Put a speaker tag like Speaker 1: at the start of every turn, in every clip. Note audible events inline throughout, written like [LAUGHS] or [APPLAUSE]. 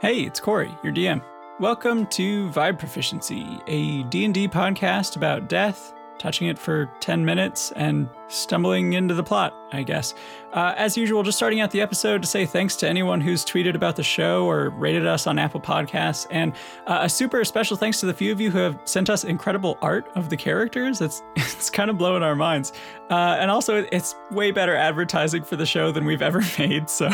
Speaker 1: Hey, it's Corey, your DM. Welcome to Vibe Proficiency, a D&D podcast about death, touching it for 10 minutes, and stumbling into the plot, I guess. Uh, as usual, just starting out the episode to say thanks to anyone who's tweeted about the show or rated us on Apple Podcasts, and uh, a super special thanks to the few of you who have sent us incredible art of the characters. It's, [LAUGHS] it's kind of blowing our minds. Uh, and also, it's way better advertising for the show than we've ever [LAUGHS] made, so...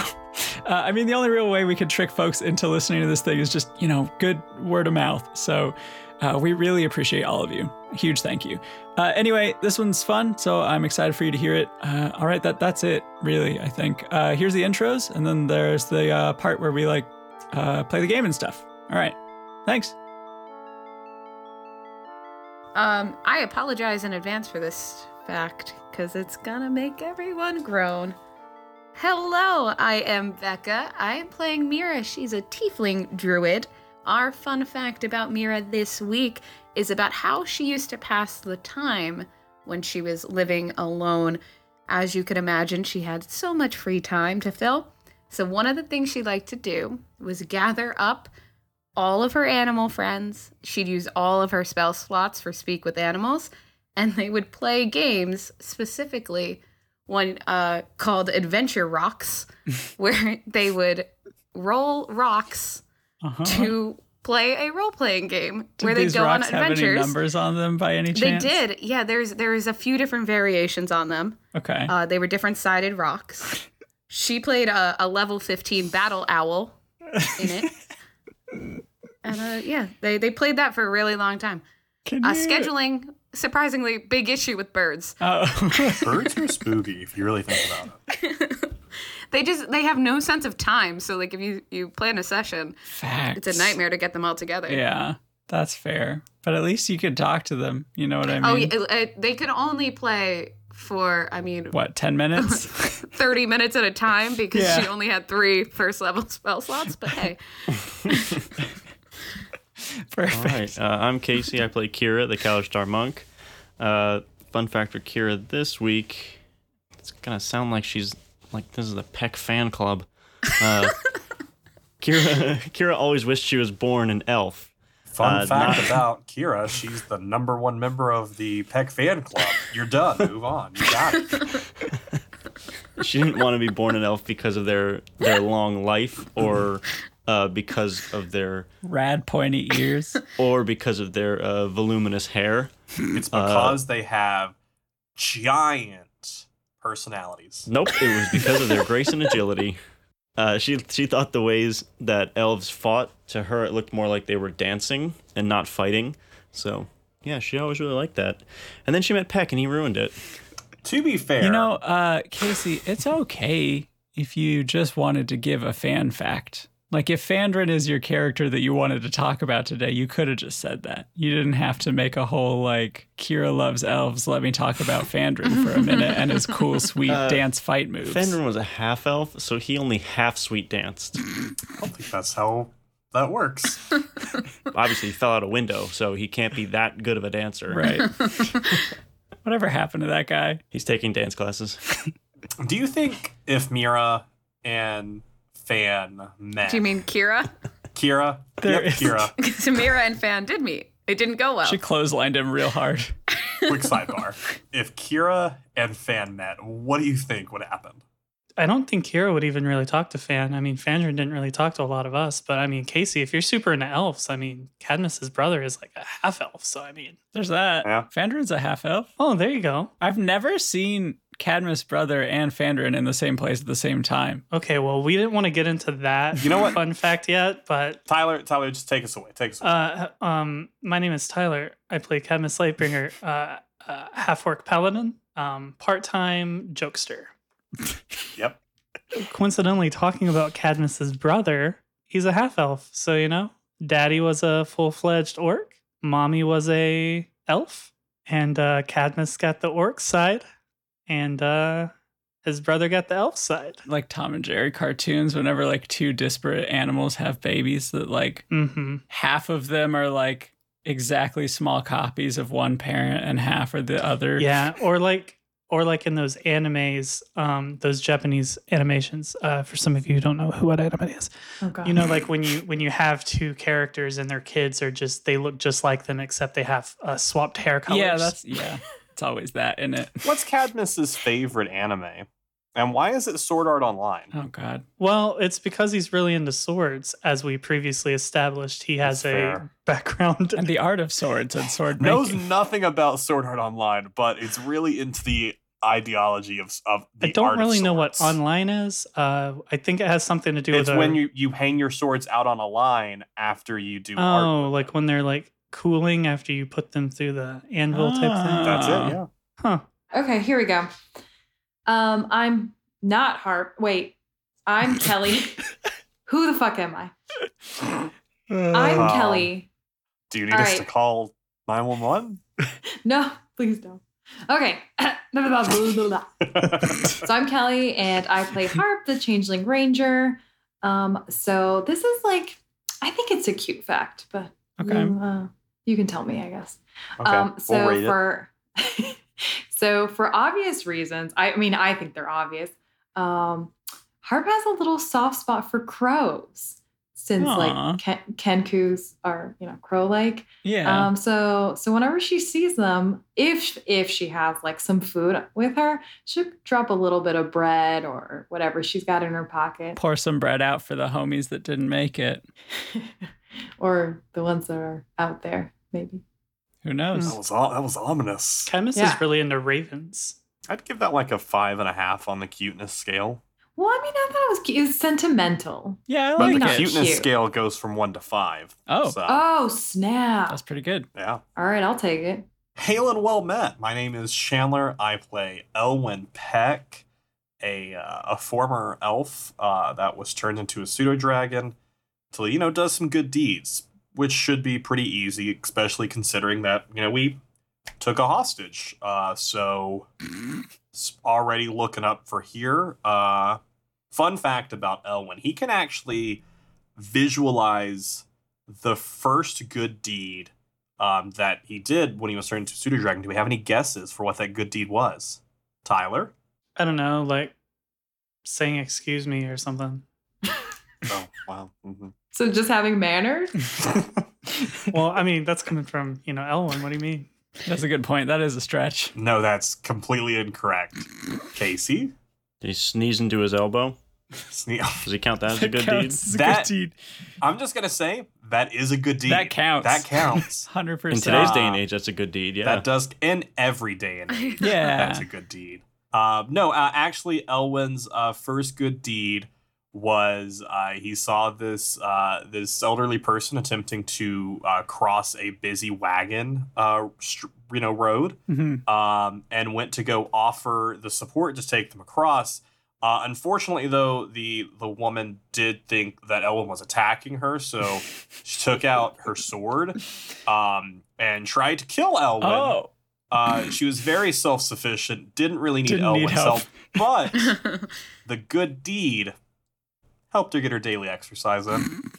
Speaker 1: Uh, I mean, the only real way we could trick folks into listening to this thing is just, you know, good word of mouth. So uh, we really appreciate all of you. A Huge thank you. Uh, anyway, this one's fun, so I'm excited for you to hear it. Uh, all right, that that's it, really. I think uh, here's the intros, and then there's the uh, part where we like uh, play the game and stuff. All right, thanks.
Speaker 2: Um, I apologize in advance for this fact because it's gonna make everyone groan. Hello, I am Becca. I am playing Mira. She's a tiefling druid. Our fun fact about Mira this week is about how she used to pass the time when she was living alone. As you can imagine, she had so much free time to fill. So, one of the things she liked to do was gather up all of her animal friends. She'd use all of her spell slots for speak with animals, and they would play games specifically one uh, called Adventure
Speaker 1: [LAUGHS]
Speaker 2: Rocks, where they would roll rocks
Speaker 1: Uh-huh.
Speaker 2: to play a role playing game
Speaker 1: Did
Speaker 2: where they
Speaker 1: these
Speaker 2: go on
Speaker 1: rocks have any
Speaker 2: adventures.
Speaker 1: numbers on them by any
Speaker 2: They
Speaker 1: chance?
Speaker 2: did, yeah. There's there's a few different variations on them.
Speaker 1: Okay.
Speaker 2: Uh, they were different sided rocks. She played a, a level 15 battle owl in it. and uh, yeah, they, they played that for a really long time.
Speaker 1: Can
Speaker 2: Uh,
Speaker 1: you-
Speaker 2: scheduling, surprisingly, big issue with birds.
Speaker 1: Oh.
Speaker 3: Birds are spooky if you really think about it.
Speaker 2: They just they have no sense of time. So like if you you plan a session,
Speaker 1: Facts.
Speaker 2: it's a nightmare to get them all together.
Speaker 1: Yeah, that's fair. But at least you could talk to them. You know what I mean?
Speaker 2: Oh, yeah, uh, they could only play for I mean [LAUGHS]
Speaker 1: What, 10 minutes? [LAUGHS]
Speaker 2: 30 minutes at a time because
Speaker 1: Yeah.
Speaker 2: she only had three first level spell slots. But hey,
Speaker 1: Perfect.
Speaker 4: All right. Uh, I'm Casey. I play Kira, the Kalistar monk. Uh, fun fact for Kira this week. It's gonna sound like she's like this is the Peck fan club. Uh, Kira, Kira always wished she was born an elf.
Speaker 3: Fun
Speaker 4: Uh,
Speaker 3: fact
Speaker 4: not-
Speaker 3: about Kira, she's the number one member of the Peck fan club. You're done. Move on. You got it.
Speaker 4: She didn't want to be born an elf because of their their long life, or uh, because of their
Speaker 1: [LAUGHS] Rad pointy ears.
Speaker 4: or because of their uh, voluminous hair.
Speaker 3: It's
Speaker 1: Uh,
Speaker 3: because they have giant personalities.
Speaker 4: Nope, it was because of their grace and agility. Uh, she she thought the ways that elves fought to her it looked more like they were dancing and not fighting. So yeah, she always really liked that. And then she met Peck and he ruined it.
Speaker 3: To be fair,
Speaker 1: you know, uh, Casey, it's okay if you just wanted to give a fan fact. Like if Fandrin is your character that you wanted to talk about today, you could have just said that. You didn't have to make a whole like Kira loves elves. Let me talk about Fandrin for a minute and his
Speaker 2: [LAUGHS]
Speaker 1: cool, sweet dance fight moves.
Speaker 4: Fenrir was a half elf, so he only half sweet danced.
Speaker 1: [LAUGHS]
Speaker 3: I don't think that's how that works.
Speaker 4: Obviously, he fell out a window, so he can't be that good of a dancer.
Speaker 2: [LAUGHS]
Speaker 1: Right. Whatever happened to that guy?
Speaker 4: He's taking dance classes.
Speaker 3: Do you think if Mira and Fan met,
Speaker 2: do you mean Kira?
Speaker 3: Kira?
Speaker 1: There
Speaker 3: yep,
Speaker 1: is-
Speaker 3: Kira.
Speaker 2: Samira and Fan did meet. It didn't go well.
Speaker 1: She clotheslined him real hard.
Speaker 3: Quick sidebar. If Kira and Fan met, what do you think would happen?
Speaker 5: I don't think Kira would even really talk to Fan. I mean, Fandrin didn't really talk to a lot of us, but I mean, Casey, if you're super into elves, I mean, Cadmus's brother is like a half elf, so I mean,
Speaker 1: [LAUGHS] There's that.
Speaker 3: Yeah.
Speaker 1: Fandrin's a half elf.
Speaker 5: oh, there you go.
Speaker 1: I've never seen Cadmus' brother and Fandrin in the same place at the same time.
Speaker 5: Okay, well, we didn't want to get into that.
Speaker 3: You know what?
Speaker 5: Fun fact yet, but
Speaker 3: Tyler, Tyler, just take us away. Take us away.
Speaker 5: uh, um, my name is Tyler. I play Cadmus Lightbringer, uh, uh, half orc paladin, um, part time jokester.
Speaker 1: Uh,
Speaker 3: yep.
Speaker 5: Coincidentally, talking about Cadmus's brother, he's a half elf, so you know, daddy was a full fledged orc, mommy was a elf, and uh, Cadmus got the orc side, and uh, his brother got the elf side.
Speaker 1: Like Tom and Jerry cartoons, whenever like two disparate animals have babies, that like
Speaker 5: Mm-hmm.
Speaker 1: half of them are like exactly small copies of one parent and half are the other.
Speaker 5: Yeah, or like or like in those animes, um, those Japanese animations. Uh, for some of you who don't know who what anime is,
Speaker 6: Oh god.
Speaker 5: you know, like when you when you have two characters and their kids are just they look just like them except they have uh, swapped hair colors.
Speaker 1: Yeah, that's yeah. [LAUGHS] It's always that in it.
Speaker 7: What's Cadmus's favorite anime? And why is it Sword Art Online?
Speaker 1: Oh God.
Speaker 5: well, it's because he's really into swords, as we previously established. He has
Speaker 7: That's
Speaker 5: a
Speaker 7: fair.
Speaker 5: [LAUGHS] background.
Speaker 1: And the art of swords and sword making.
Speaker 7: Knows nothing about Sword Art Online, but it's really into the ideology of of the
Speaker 5: I don't
Speaker 7: art of
Speaker 5: really know what
Speaker 7: swords.
Speaker 5: online is. Uh, I think it has something to do
Speaker 7: It's
Speaker 5: with
Speaker 7: when
Speaker 5: a-
Speaker 7: you you hang your swords out on a line after you do art.
Speaker 5: oh,
Speaker 7: with
Speaker 5: like
Speaker 7: them.
Speaker 5: when they're like cooling after you put them through the anvil type thing.
Speaker 1: Ah.
Speaker 7: That's it. Yeah.
Speaker 5: Huh.
Speaker 2: Okay, here we go. Um, I'm not Harp. Wait, I'm Kelly. Who the fuck am I? I'm
Speaker 7: Wow.
Speaker 2: Kelly.
Speaker 7: Do you need
Speaker 2: All
Speaker 7: us
Speaker 2: right.
Speaker 7: to call nine
Speaker 2: [LAUGHS]
Speaker 7: one one?
Speaker 2: No, please don't. Okay. [LAUGHS] so I'm Kelly, and I play Harp, the Changeling Ranger. Um, so this is like, I think it's a cute fact, but
Speaker 1: Okay.
Speaker 2: you, uh, you can tell me, I guess.
Speaker 7: Okay,
Speaker 2: Um, so
Speaker 7: we'll rate it.
Speaker 2: for [LAUGHS] so for obvious reasons, I mean, I think they're obvious. Um, Harp has a little soft spot for crows, since
Speaker 1: Aw.
Speaker 2: like Ken- Kenkus are you know crow like.
Speaker 1: Yeah.
Speaker 2: Um, so so whenever she sees them, if if she has like some food with her, she'll drop a little bit of bread or whatever she's got in her pocket, [LAUGHS]
Speaker 1: Pour some bread out for the homies that didn't make it.
Speaker 2: or the ones that are out there maybe.
Speaker 1: Who knows?
Speaker 7: That was all. That was ominous.
Speaker 5: Chemist
Speaker 2: Yeah.
Speaker 5: is really into ravens.
Speaker 7: I'd give that like a five and a half on the cuteness scale.
Speaker 2: Well, I mean, I thought it was cute. It was sentimental.
Speaker 1: Yeah, I
Speaker 7: But
Speaker 1: like
Speaker 2: Maybe
Speaker 7: the
Speaker 2: not
Speaker 1: it.
Speaker 7: cuteness
Speaker 2: cute.
Speaker 7: scale goes from one to five.
Speaker 1: Oh.
Speaker 7: so,
Speaker 2: Oh snap!
Speaker 1: That's pretty good.
Speaker 7: yeah.
Speaker 2: All right, I'll take it.
Speaker 7: Hail and well met. My name is Chandler. I play Elwyn Peck, a uh, a former elf uh, that was turned into a pseudo dragon. To you know, does some good deeds, which should be pretty easy, especially considering that you know we took a hostage. Uh, so s- already looking up for here. Uh, fun fact about Elwyn: he can actually visualize the first good deed um, that he did when he was turned into Pseudo Dragon. Do we have any guesses for what that good deed was? Tyler?
Speaker 5: I don't know, like saying excuse me or something.
Speaker 7: Oh, wow. hmm
Speaker 2: So just having manners?
Speaker 5: Well, I mean, that's coming from, you know, Elwin. What do you mean?
Speaker 1: That's a good point. That is a stretch.
Speaker 7: No, that's completely incorrect. Casey?
Speaker 4: Did he sneeze into his elbow?
Speaker 7: Sne-
Speaker 4: Does he count that as a
Speaker 1: That
Speaker 4: good deed?
Speaker 1: counts as a
Speaker 7: That-
Speaker 1: good deed.
Speaker 7: I'm just going to say that is a good deed.
Speaker 1: That counts.
Speaker 7: That counts.
Speaker 1: [LAUGHS] Hundred
Speaker 4: In
Speaker 1: percent.
Speaker 4: today's day and age, that's a good deed. Yeah.
Speaker 7: [LAUGHS] That does in every
Speaker 2: [LAUGHS]
Speaker 7: day and
Speaker 1: [LAUGHS]
Speaker 7: age.
Speaker 1: Yeah.
Speaker 7: That's a good deed. Um, no, uh, actually, Elwin's uh, first good deed was uh, he saw this uh, this elderly person attempting to uh, cross a busy wagon, uh, str- you know, road,
Speaker 4: [LAUGHS]
Speaker 1: Mhm.
Speaker 7: um, and went to go offer the support to take them across. Uh, unfortunately, though, the the woman did think that Elwin was attacking her, so
Speaker 1: [LAUGHS]
Speaker 7: she took out her sword um, and tried to kill Elwin.
Speaker 1: Oh.
Speaker 7: Uh, she was very self sufficient, didn't really need
Speaker 1: Didn't need
Speaker 7: Elwin's
Speaker 1: help.
Speaker 7: help. but the good deed helped her get her daily exercise in.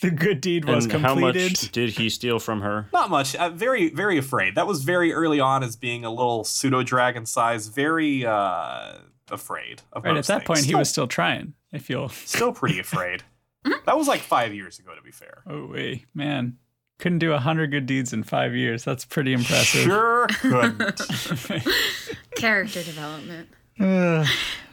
Speaker 1: The good deed was
Speaker 4: and how
Speaker 1: completed.
Speaker 4: much did he steal from her?
Speaker 7: Not much. Uh, very, very afraid. That was very early on as being a little pseudo dragon size, very uh, afraid. Of
Speaker 1: Right at
Speaker 7: most
Speaker 1: that
Speaker 7: things.
Speaker 1: point, he
Speaker 7: Still-
Speaker 1: was still trying. If you'll,
Speaker 7: still pretty afraid. that was like five years ago, to be fair.
Speaker 1: oh wait, man, couldn't do a hundred good deeds in five years. That's pretty impressive.
Speaker 7: Sure couldn't.
Speaker 6: [LAUGHS] Character development.
Speaker 1: Ugh.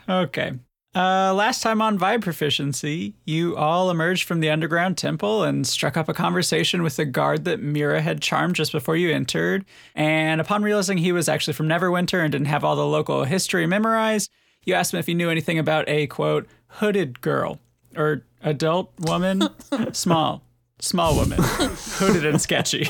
Speaker 1: Uh, okay. Uh, last time on Vibe Proficiency, you all emerged from the underground temple and struck up a conversation with the guard that Mira had charmed just before you entered. And upon realizing he was actually from Neverwinter and didn't have all the local history memorized, you asked him if he knew anything about a quote hooded girl or adult
Speaker 6: [LAUGHS]
Speaker 1: woman, small, small woman, hooded and sketchy.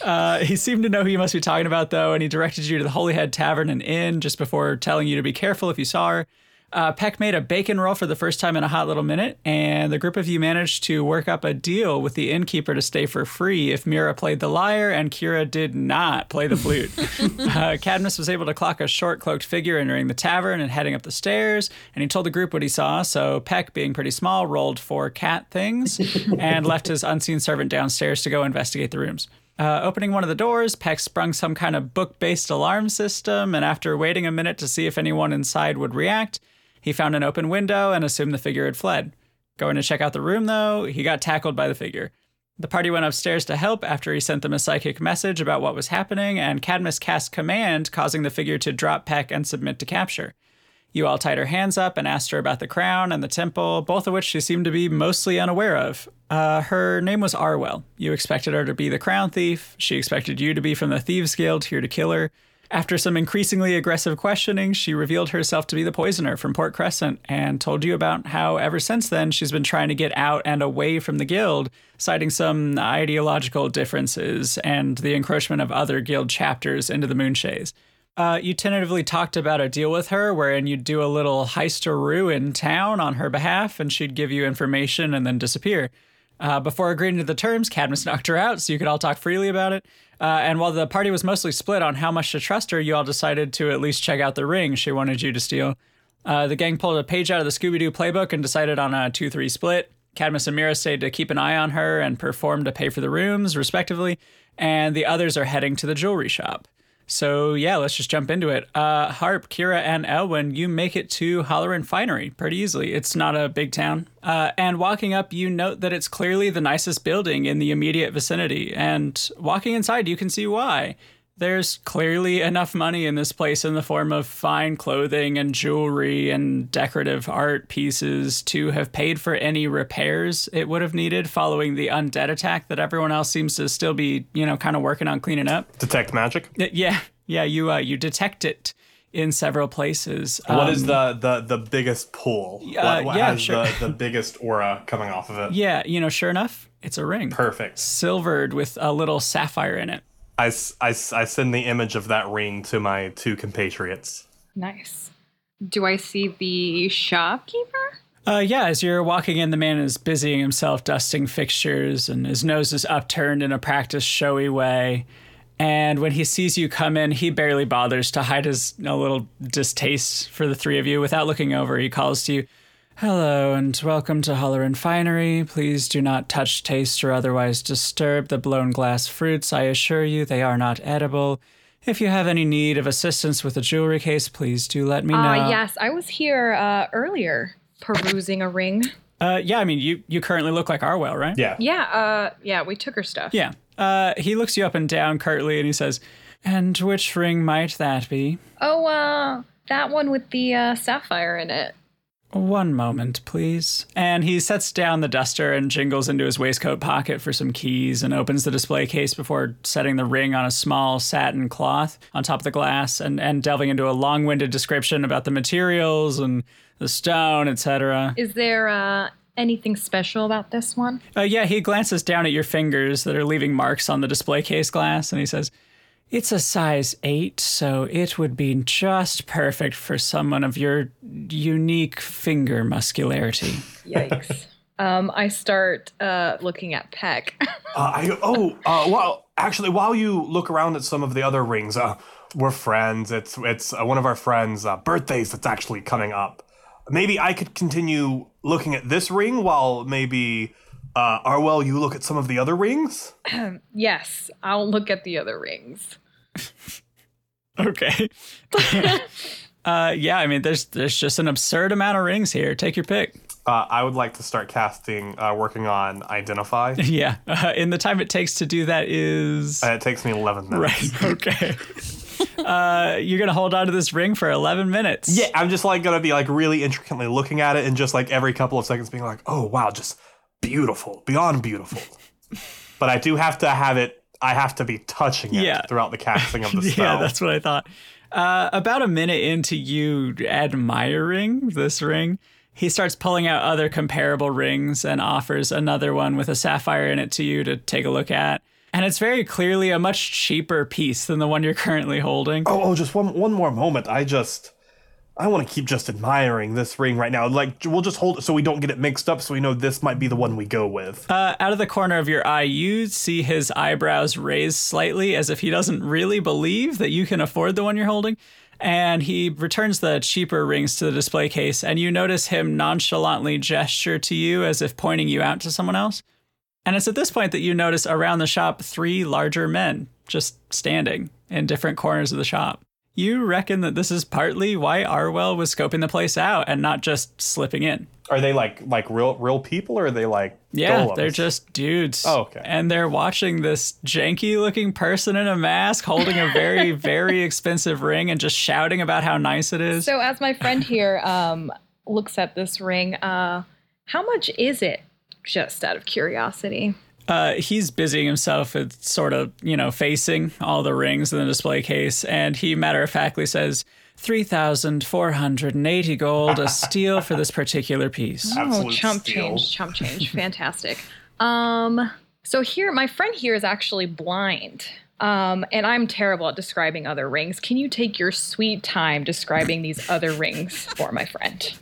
Speaker 1: Uh, he seemed to know who you must be talking about, though, and he directed you to the Holyhead Tavern and Inn just before telling you to be careful if you saw her. Uh, Peck made a bacon roll for the first time in a hot little minute, and the group of you managed to work up a deal with the innkeeper to stay for free if Mira played the lyre and Kira did not play the flute. uh, Cadmus was able to clock a short cloaked figure entering the tavern and heading up the stairs, and he told the group what he saw. So Peck, being pretty small, rolled for cat things and left his unseen servant downstairs to go investigate the rooms. Uh, Uh, opening one of the doors, Peck sprung some kind of book based alarm system, and after waiting a minute to see if anyone inside would react, he found an open window and assumed the figure had fled. Going to check out the room, though, he got tackled by the figure. The party went upstairs to help after he sent them a psychic message about what was happening, and Cadmus cast command, causing the figure to drop Peck and submit to capture. You all tied her hands up and asked her about the crown and the temple, both of which she seemed to be mostly unaware of. Uh, her name was Arwell. You expected her to be the crown thief. She expected you to be from the Thieves Guild here to kill her. After some increasingly aggressive questioning, she revealed herself to be the poisoner from Port Crescent and told you about how, ever since then, she's been trying to get out and away from the guild, citing some ideological differences and the encroachment of other guild chapters into the Moonshays. Uh, you tentatively talked about a deal with her wherein you'd do a little heist or rue in town on her behalf and she'd give you information and then disappear. Uh, before agreeing to the terms, Cadmus [LAUGHS] knocked her out so you could all talk freely about it. Uh, and while the party was mostly split on how much to trust her, you all decided to at least check out the ring she wanted you to steal. Uh, the gang pulled a page out of the Scooby Doo playbook and decided on a 2 3 split. Cadmus and Mira stayed to keep an eye on her and perform to pay for the rooms, respectively, and the others are heading to the jewelry shop. So, yeah, let's just jump into it. Uh, Harp, Kira, and Elwyn, you make it to Hollerin Finery pretty easily. It's not a big town. Uh, and walking up, you note that it's clearly the nicest building in the immediate vicinity. And walking inside, you can see why. There's clearly enough money in this place in the form of fine clothing and jewelry and decorative art pieces to have paid for any repairs it would have needed following the undead attack that everyone else seems to still be, you know, kind of working on cleaning up.
Speaker 7: Detect magic.
Speaker 1: Y- Yeah, yeah, you uh, you detect it in several places.
Speaker 7: What is
Speaker 1: Um,
Speaker 7: the, the the biggest pool?
Speaker 1: Yeah,
Speaker 7: what what
Speaker 1: yeah,
Speaker 7: has
Speaker 1: sure.
Speaker 7: the, the biggest aura coming off of
Speaker 1: [LAUGHS]
Speaker 7: it?
Speaker 1: Yeah, you know, sure enough, it's a ring,
Speaker 7: Perfect.
Speaker 1: silvered with a little sapphire in it.
Speaker 7: I, s- I s- I send the image of that ring to my two compatriots.
Speaker 8: [LAUGHS] Nice. Do I see the shopkeeper?
Speaker 1: Uh, yeah, as you're walking in, the man is busying himself dusting fixtures, and his nose is upturned in a practiced showy way. And when he sees you come in, he barely bothers to hide his a little distaste for the three of you. Without looking over, he calls to you, "Hello and welcome to Hollerin Finery. Please do not touch, taste, or otherwise disturb the blown glass fruits. I assure you, they are not edible." If you have any need of assistance with a jewelry case, please do let me know.
Speaker 9: Ah, yes, I was here uh, earlier perusing a ring.
Speaker 1: Uh, yeah, I mean, you, you currently look like Arwell, right?
Speaker 7: Yeah.
Speaker 9: Yeah, uh, yeah, we took her stuff.
Speaker 1: Yeah. Uh, he looks you up and down curtly and he says, And which ring might that be?
Speaker 9: Oh, uh, that one with the uh, sapphire in it.
Speaker 1: One moment, please. And he sets down the duster and jingles into his waistcoat pocket for some keys and opens the display case before setting the ring on a small satin cloth on top of the glass and, and delving into a long winded description about the materials and the stone, etc.
Speaker 9: Is there uh, anything special about this one?
Speaker 1: Uh, yeah, he glances down at your fingers that are leaving marks on the display case glass, and he says, "It's a size eight, so it would be just perfect for someone of your unique finger muscularity."
Speaker 9: Yikes. [LAUGHS] um, I start uh, looking at Peck.
Speaker 7: Uh, I oh uh, well actually while you look around at some of the other rings, uh, we're friends. It's it's uh, one of our friends' uh, birthdays that's actually coming up. Maybe I could continue looking at this ring while maybe uh, Arwell, you look at some of the other rings.
Speaker 9: Um, yes, I'll look at the other rings.
Speaker 1: okay. [LAUGHS] uh, yeah, I mean, there's there's just an absurd amount of rings here. Take your pick. [LAUGHS]
Speaker 7: Uh, I would like to start casting, uh, working on identify.
Speaker 1: Yeah, uh, and the time it takes to do that is
Speaker 7: Uh, it takes me eleven minutes.
Speaker 1: [LAUGHS] right. Okay. Uh, you're gonna hold on to this ring for 11 minutes.
Speaker 7: Yeah, I'm just like gonna be like really intricately looking at it and just like every couple of seconds being like, oh wow, just beautiful, beyond beautiful.
Speaker 1: [LAUGHS]
Speaker 7: but I do have to have it. I have to be touching it
Speaker 1: Yeah.
Speaker 7: throughout the
Speaker 1: [LAUGHS]
Speaker 7: casting of the spell.
Speaker 1: Yeah, that's what I thought. Uh, about a minute into you admiring this ring, he starts pulling out other comparable rings and offers another one with a sapphire in it to you to take a look at. And it's very clearly a much cheaper piece than the one you're currently holding.
Speaker 7: oh, oh, just one one more moment. I just. I want to keep just admiring this ring right now. Like we'll just hold it so we don't get it mixed up, so we know this might be the one we go with.
Speaker 1: Uh, out of the corner of your eye, you see his eyebrows raised slightly as if he doesn't really believe that you can afford the one you're holding. And he returns the cheaper rings to the display case, and you notice him nonchalantly gesture to you as if pointing you out to someone else. And it's at this point that you notice around the shop three larger men just standing in different corners of the shop. You reckon that this is partly why Arwell was scoping the place out and not just slipping in.
Speaker 7: Are they like like real real people or are they like
Speaker 1: Yeah,
Speaker 7: golems?
Speaker 1: they're just dudes.
Speaker 7: Oh, okay.
Speaker 1: And they're watching this janky looking person in a mask holding a
Speaker 7: [LAUGHS]
Speaker 1: very, very expensive ring and just shouting about how nice it is.
Speaker 9: So as my friend here um, looks at this ring, uh, how much is it? Just out of curiosity.
Speaker 1: uh, he's busying himself with sort of, you know, facing all the rings in the display case. And he matter of factly says, 3,480 gold, a steal for this particular piece.
Speaker 9: oh,
Speaker 7: Absolute
Speaker 9: chump
Speaker 7: steal.
Speaker 9: change, chump change, fantastic. Um, so here, my friend here is actually blind. Um, and I'm terrible at describing other rings. Can you take your sweet time describing these other rings for my friend?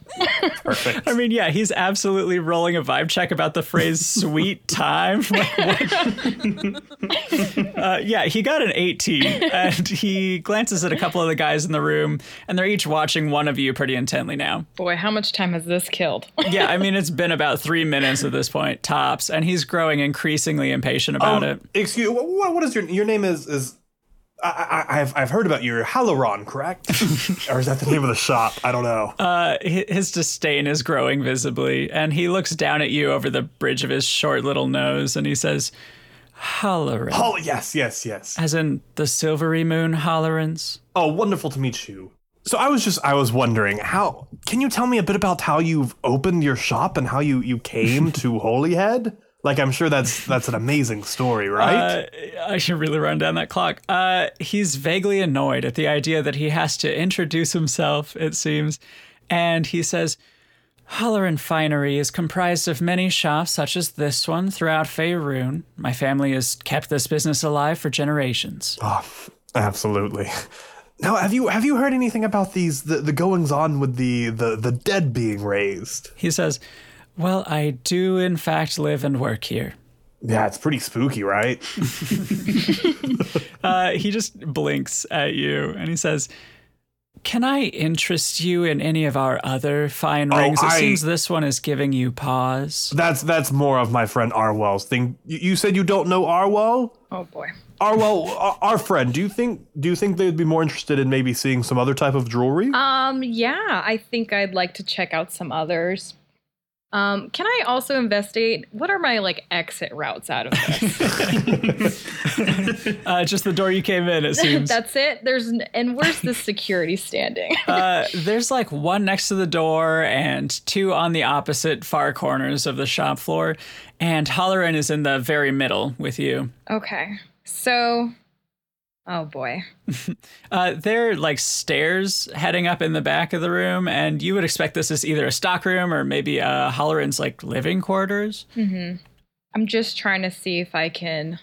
Speaker 7: perfect.
Speaker 1: I mean, yeah, he's absolutely rolling a vibe check about the phrase sweet time. [LAUGHS] Like, what? uh, yeah, he got an 18 and he glances at a couple of the guys in the room and they're each watching one of you pretty intently now.
Speaker 9: Boy, how much time has this killed? [LAUGHS]
Speaker 1: Yeah, I mean, it's been about three minutes at this point, tops, and he's growing increasingly impatient about
Speaker 7: Oh.
Speaker 1: it.
Speaker 7: Um, Excuse what, what is your your name is is I, I, I've I've heard about your Haloron,
Speaker 1: [LAUGHS]
Speaker 7: correct? or is that the name of the shop? I don't know.
Speaker 1: Uh, hi- his disdain is growing visibly, and he looks down at you over the bridge of his short little nose, and he says, "Hollerin,"
Speaker 7: oh yes, yes, yes.
Speaker 1: as in the silvery moon hollerins.
Speaker 7: Oh, wonderful to meet you. So I was just I was wondering how can you tell me a bit about how you've opened your shop and how you
Speaker 1: [LAUGHS]
Speaker 7: you came to Holyhead? Like I'm sure that's that's an amazing story, right?
Speaker 1: Uh, I should really run down that clock. Uh, he's vaguely annoyed at the idea that he has to introduce himself, it seems. And he says, Hollerin Finery is comprised of many shops such as this one throughout Faerun. My family has kept this business alive for generations.
Speaker 7: Oh, f- absolutely. Now, have you have you heard anything about these the, the goings on with the, the the dead being raised?
Speaker 1: He says, Well, I do, in fact, live and work here.
Speaker 7: Yeah, it's pretty spooky, right?
Speaker 1: Uh, he just blinks at you and he says, Can I interest you in any of our other fine
Speaker 7: Oh,
Speaker 1: rings? it
Speaker 7: I-
Speaker 1: seems this one is giving you pause.
Speaker 7: That's that's more of my friend Arwell's thing. You, you said you don't know Arwell.
Speaker 9: Oh boy.
Speaker 7: Arwell, our, our friend. Do you think do you think they'd be more interested in maybe seeing some other type of jewelry?
Speaker 9: Um, yeah, I think I'd like to check out some others. Um, can I also investigate what are my like exit routes out of this?
Speaker 1: Uh, just the door you came in, it seems.
Speaker 9: That's it. There's n- and where's the security standing?
Speaker 1: uh, there's like one next to the door and two on the opposite far corners of the shop floor. And Hollerin is in the very middle with you.
Speaker 9: okay. So oh boy.
Speaker 1: Uh, there are like stairs heading up in the back of the room, and you would expect this is either a stock room or maybe uh, Hollerin's like living quarters. [LAUGHS]
Speaker 9: Mm-hmm. I'm just trying to see if I can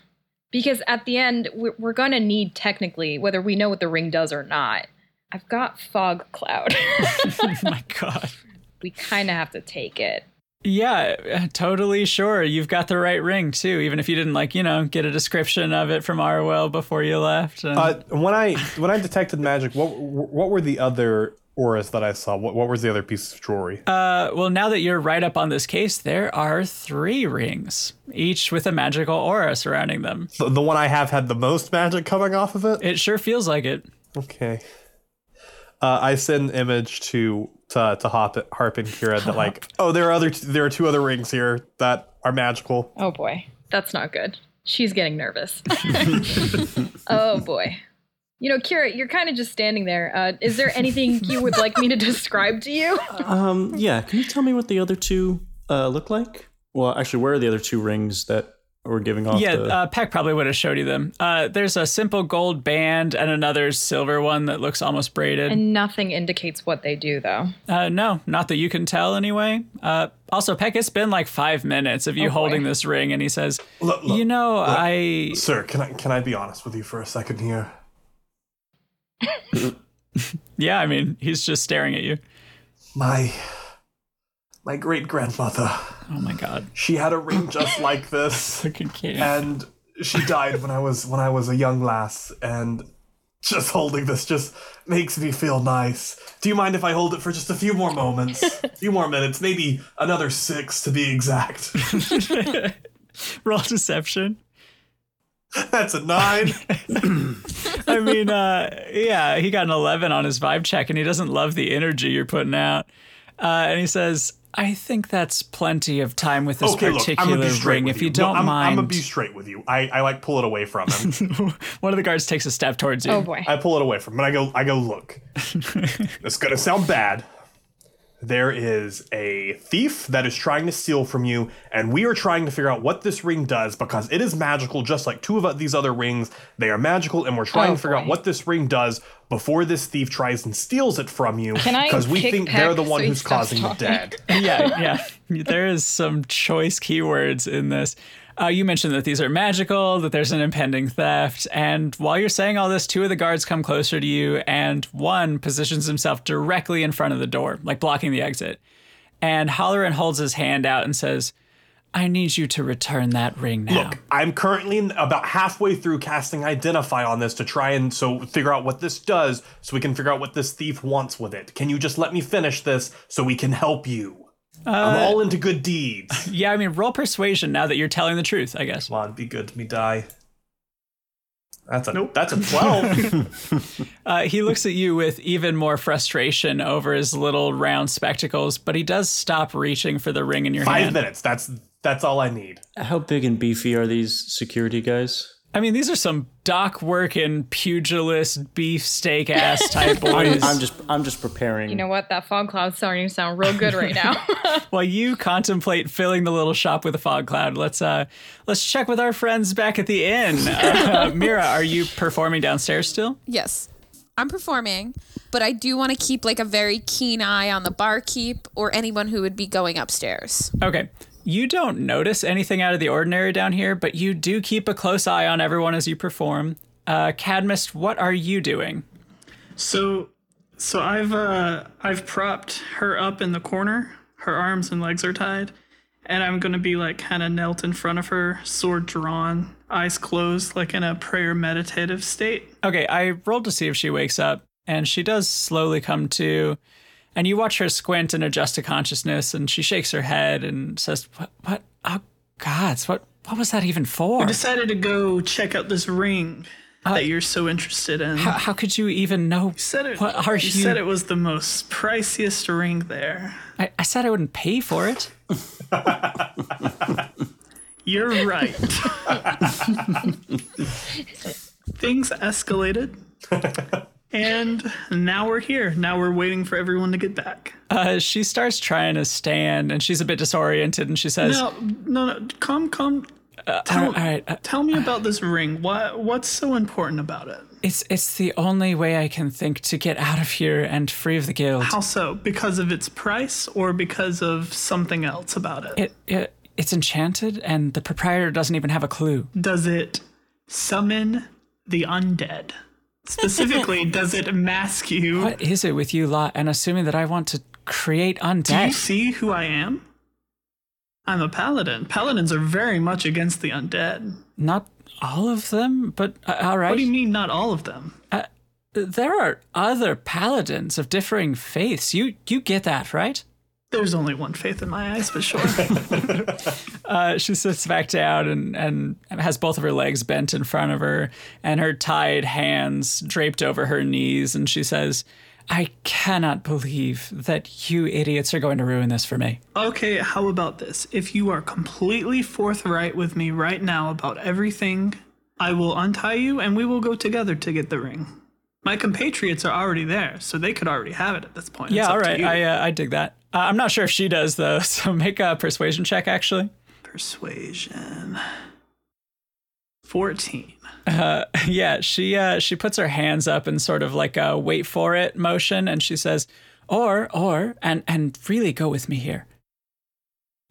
Speaker 9: because at the end we're, we're going to need technically whether we know what the ring does or not. I've got fog cloud. [LAUGHS]
Speaker 1: oh my god.
Speaker 9: we kind of have to take it.
Speaker 1: Yeah, uh, totally sure. You've got the right ring too, even if you didn't like, you know, get a description of it from Arwell before you left. and-
Speaker 7: Uh, when I when I detected magic, what what were the other auras that I saw? What what was the other piece of jewelry?
Speaker 1: Uh, well, now that you're right up on this case, there are three rings, each with a magical aura surrounding them.
Speaker 7: the, the one I have had the most magic coming off of it.
Speaker 1: It sure feels like it.
Speaker 7: Okay. Uh, I send image to to to Hop, Harp and Kira that like, oh, there are other t- there are two other rings here that are magical.
Speaker 9: Oh boy, that's not good. She's getting nervous. [LAUGHS] oh boy. You know, Kira, you're kind of just standing there. Uh, is there anything you would like me to describe to you?
Speaker 4: Um, yeah. Can you tell me what the other two uh, look like? Well, actually, where are the other two rings that were giving off?
Speaker 1: Yeah,
Speaker 4: the-
Speaker 1: uh, Peck probably would have showed you them. Uh, there's a simple gold band and another silver one that looks almost braided.
Speaker 9: And nothing indicates what they do, though.
Speaker 1: uh, no, not that you can tell anyway. Uh, also, Peck, it's been like five minutes of you
Speaker 9: Oh, boy.
Speaker 1: holding this ring, and he says,
Speaker 7: Look, look,
Speaker 1: You know, I.
Speaker 7: sir, can I can I be honest with you for a second here?
Speaker 1: Yeah, I mean, he's just staring at you.
Speaker 7: My my great grandmother,
Speaker 1: Oh my God.
Speaker 7: she had a
Speaker 1: [LAUGHS]
Speaker 7: ring just like this.
Speaker 1: Fucking kidding.
Speaker 7: and she died when I was when I was a young lass, and just holding this just makes me feel nice. Do you mind if I hold it for just a few
Speaker 1: [LAUGHS] [LAUGHS]
Speaker 7: more moments, a few more minutes, maybe another six to be exact?
Speaker 1: [LAUGHS] Roll deception.
Speaker 7: That's a nine.
Speaker 1: I mean, uh, yeah, he got an 11 on his vibe check and he doesn't love the energy you're putting out. Uh, and he says, I think that's plenty of time with this
Speaker 7: okay, look, I'm
Speaker 1: particular
Speaker 7: gonna be straight
Speaker 1: ring.
Speaker 7: with
Speaker 1: If you
Speaker 7: No,
Speaker 1: don't
Speaker 7: I'm,
Speaker 1: mind.
Speaker 7: I'm gonna
Speaker 1: [LAUGHS]
Speaker 7: be straight with you. I, I like pull it away from him.
Speaker 1: One of the guards takes a step towards you.
Speaker 9: Oh boy.
Speaker 7: I pull it away from him, and I go, I go,
Speaker 9: [LAUGHS]
Speaker 7: look. it's gonna sound bad. There is a thief that is trying to steal from you, and we are trying to figure out what this ring does because it is magical, just like two of these other rings. They are magical, and we're trying
Speaker 9: Oh,
Speaker 7: to figure out
Speaker 9: boy.
Speaker 7: what this ring does before this thief tries and steals it from you.
Speaker 9: Can I
Speaker 7: Because we
Speaker 9: kick
Speaker 7: think they're
Speaker 9: Peck
Speaker 7: the one
Speaker 9: so he
Speaker 7: who's
Speaker 9: stops
Speaker 7: causing
Speaker 9: talking?
Speaker 7: the dead.
Speaker 1: yeah, yeah. There is some choice keywords in this. Uh, you mentioned that these are magical, that there's an impending theft, and while you're saying all this, two of the guards come closer to you, and one positions himself directly in front of the door, like blocking the exit. And Holleran holds his hand out and says, "I need you to return that ring now."
Speaker 7: Look, I'm currently in- about halfway through casting Identify on this to try and so figure out what this does so we can figure out what this thief wants with it. Can you just let me finish this so we can help you? I'm all into good deeds.
Speaker 1: Yeah, I mean, roll persuasion now that you're telling the truth. I guess.
Speaker 7: Come on, be good to me, die. That's a that's a twelve.
Speaker 1: Uh, he looks at you with even more frustration over his little round spectacles, but he does stop reaching for the ring in your
Speaker 7: Five
Speaker 1: hand.
Speaker 7: minutes. That's that's all I need.
Speaker 10: How big and beefy are these security guys?
Speaker 1: I mean, these are some dock working pugilist beefsteak
Speaker 10: [LAUGHS]
Speaker 1: ass type
Speaker 10: I'm,
Speaker 1: boys.
Speaker 10: I'm just I'm just preparing.
Speaker 9: You know what? That fog cloud's starting to sound real good
Speaker 7: [LAUGHS]
Speaker 9: right now.
Speaker 1: While you contemplate filling the little shop with a fog cloud, let's uh, let's check with our friends back at the inn.
Speaker 10: [LAUGHS]
Speaker 1: Uh, Mira, are you performing downstairs still?
Speaker 11: Yes. I'm performing, but I do want to keep like a very keen eye on the barkeep or anyone who would be going upstairs.
Speaker 1: Okay. You don't notice anything out of the ordinary down here, but you do keep a close eye on everyone as you perform. Uh, Cadmus, what are you doing?
Speaker 5: So, so I've uh, I've propped her up in the corner. Her arms and legs are tied, and I'm gonna be like kind of knelt in front of her, sword drawn, eyes closed, like in a prayer meditative state.
Speaker 1: Okay, I rolled to see if she wakes up, and she does slowly come to. And you watch her squint and adjust to consciousness, and she shakes her head and says, "What? what? Oh, gods! What? What was that even for?
Speaker 5: Decided to go check out this ring that you're so interested in.
Speaker 1: how, how could you even know?
Speaker 5: said it,
Speaker 1: what are you?
Speaker 5: you said it was the most priciest ring there.
Speaker 1: I, I said I wouldn't pay for
Speaker 5: [LAUGHS]
Speaker 1: it.
Speaker 5: You're right. Things escalated. And now we're here. Now we're waiting for everyone to get back.
Speaker 1: Uh, she starts trying to stand, and she's a bit disoriented, and she says,
Speaker 5: No, Oh, no, no. Come, come.
Speaker 1: "All
Speaker 5: Tell,
Speaker 1: right, all right, uh,
Speaker 5: tell me about this ring. What, what's so important about it?
Speaker 1: it's it's the only way I can think to get out of here and free of the guild."
Speaker 5: How so? Because of its price or because of something else about it?
Speaker 1: It, it it's enchanted, and the proprietor doesn't even have a clue.
Speaker 5: Does it summon the undead? Specifically, does it mask you?
Speaker 1: What is it with you lot and assuming that I want to create
Speaker 5: Do you
Speaker 1: undead?
Speaker 5: see who I am? I'm a paladin. Paladins are very much against the undead.
Speaker 1: Not all of them, but uh, all right. Uh,
Speaker 5: What do you mean, not all of them?
Speaker 1: There are other paladins of differing faiths. You you get that, right?
Speaker 5: There's only one faith in my eyes,
Speaker 1: [LAUGHS]
Speaker 5: but sure.
Speaker 1: Uh, she sits back down and, and has both of her legs bent in front of her and her tied hands draped over her knees. And she says, I cannot believe that you idiots are going to ruin this for me.
Speaker 5: okay, how about this? If you are completely forthright with me right now about everything, I will untie you and we will go together to get the ring. My compatriots are already there, so they could already have it at this point. It's
Speaker 1: yeah, all
Speaker 5: up to
Speaker 1: right.
Speaker 5: you.
Speaker 1: I, uh, I dig that. Uh, I'm not sure if she does, though. [LAUGHS] So make a persuasion check, actually.
Speaker 5: Persuasion. 14.
Speaker 1: [LAUGHS] Yeah, she uh, she puts her hands up in sort of like a wait for it motion, and she says, "Or, or, and and really go with me here."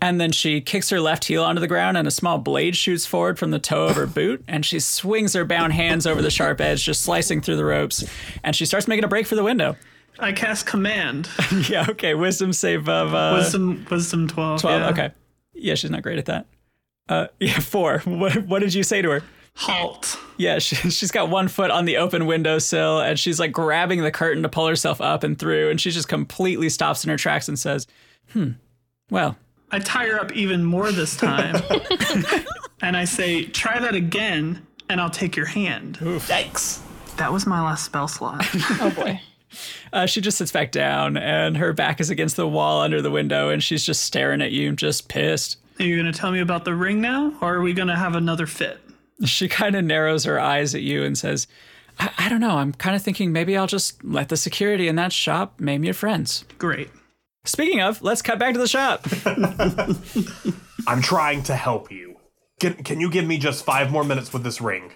Speaker 1: And then she kicks her left heel onto the ground, and a small blade shoots forward from the toe of her boot, and she swings her bound hands over the sharp edge, just slicing through the ropes, and she starts making a break for the window. [LAUGHS]
Speaker 5: I cast command.
Speaker 1: yeah, okay, wisdom save of uh,
Speaker 5: Wisdom, wisdom 12.
Speaker 1: twelve.
Speaker 5: yeah.
Speaker 1: Okay, yeah, she's not great at that. Uh, [LAUGHS] yeah, four. What what did you say to her?
Speaker 5: Halt.
Speaker 1: Yeah, she, [LAUGHS] she's got one foot on the open windowsill and she's like grabbing the curtain to pull herself up and through. And she just completely stops in her tracks and says, Hmm, well,
Speaker 5: I I tire up even more this [LAUGHS] time. and I say, try that again, and I'll take your hand.
Speaker 7: Yikes.
Speaker 5: That was my last spell slot.
Speaker 9: Oh boy.
Speaker 1: Uh, she just sits back down, and her back is against the wall under the window, and she's just staring at you, just pissed.
Speaker 5: [LAUGHS]
Speaker 1: [LAUGHS]
Speaker 5: Are you going to tell me about the ring now, or are we going to have another fit?
Speaker 1: She kind of narrows her eyes at you and says, I, I don't know. I'm kind of thinking maybe I'll just let the security in that shop name your friends.
Speaker 5: Great.
Speaker 1: Speaking of, let's cut back to the shop.
Speaker 7: I'm trying to help you. Can, can you give me just five more minutes with this ring?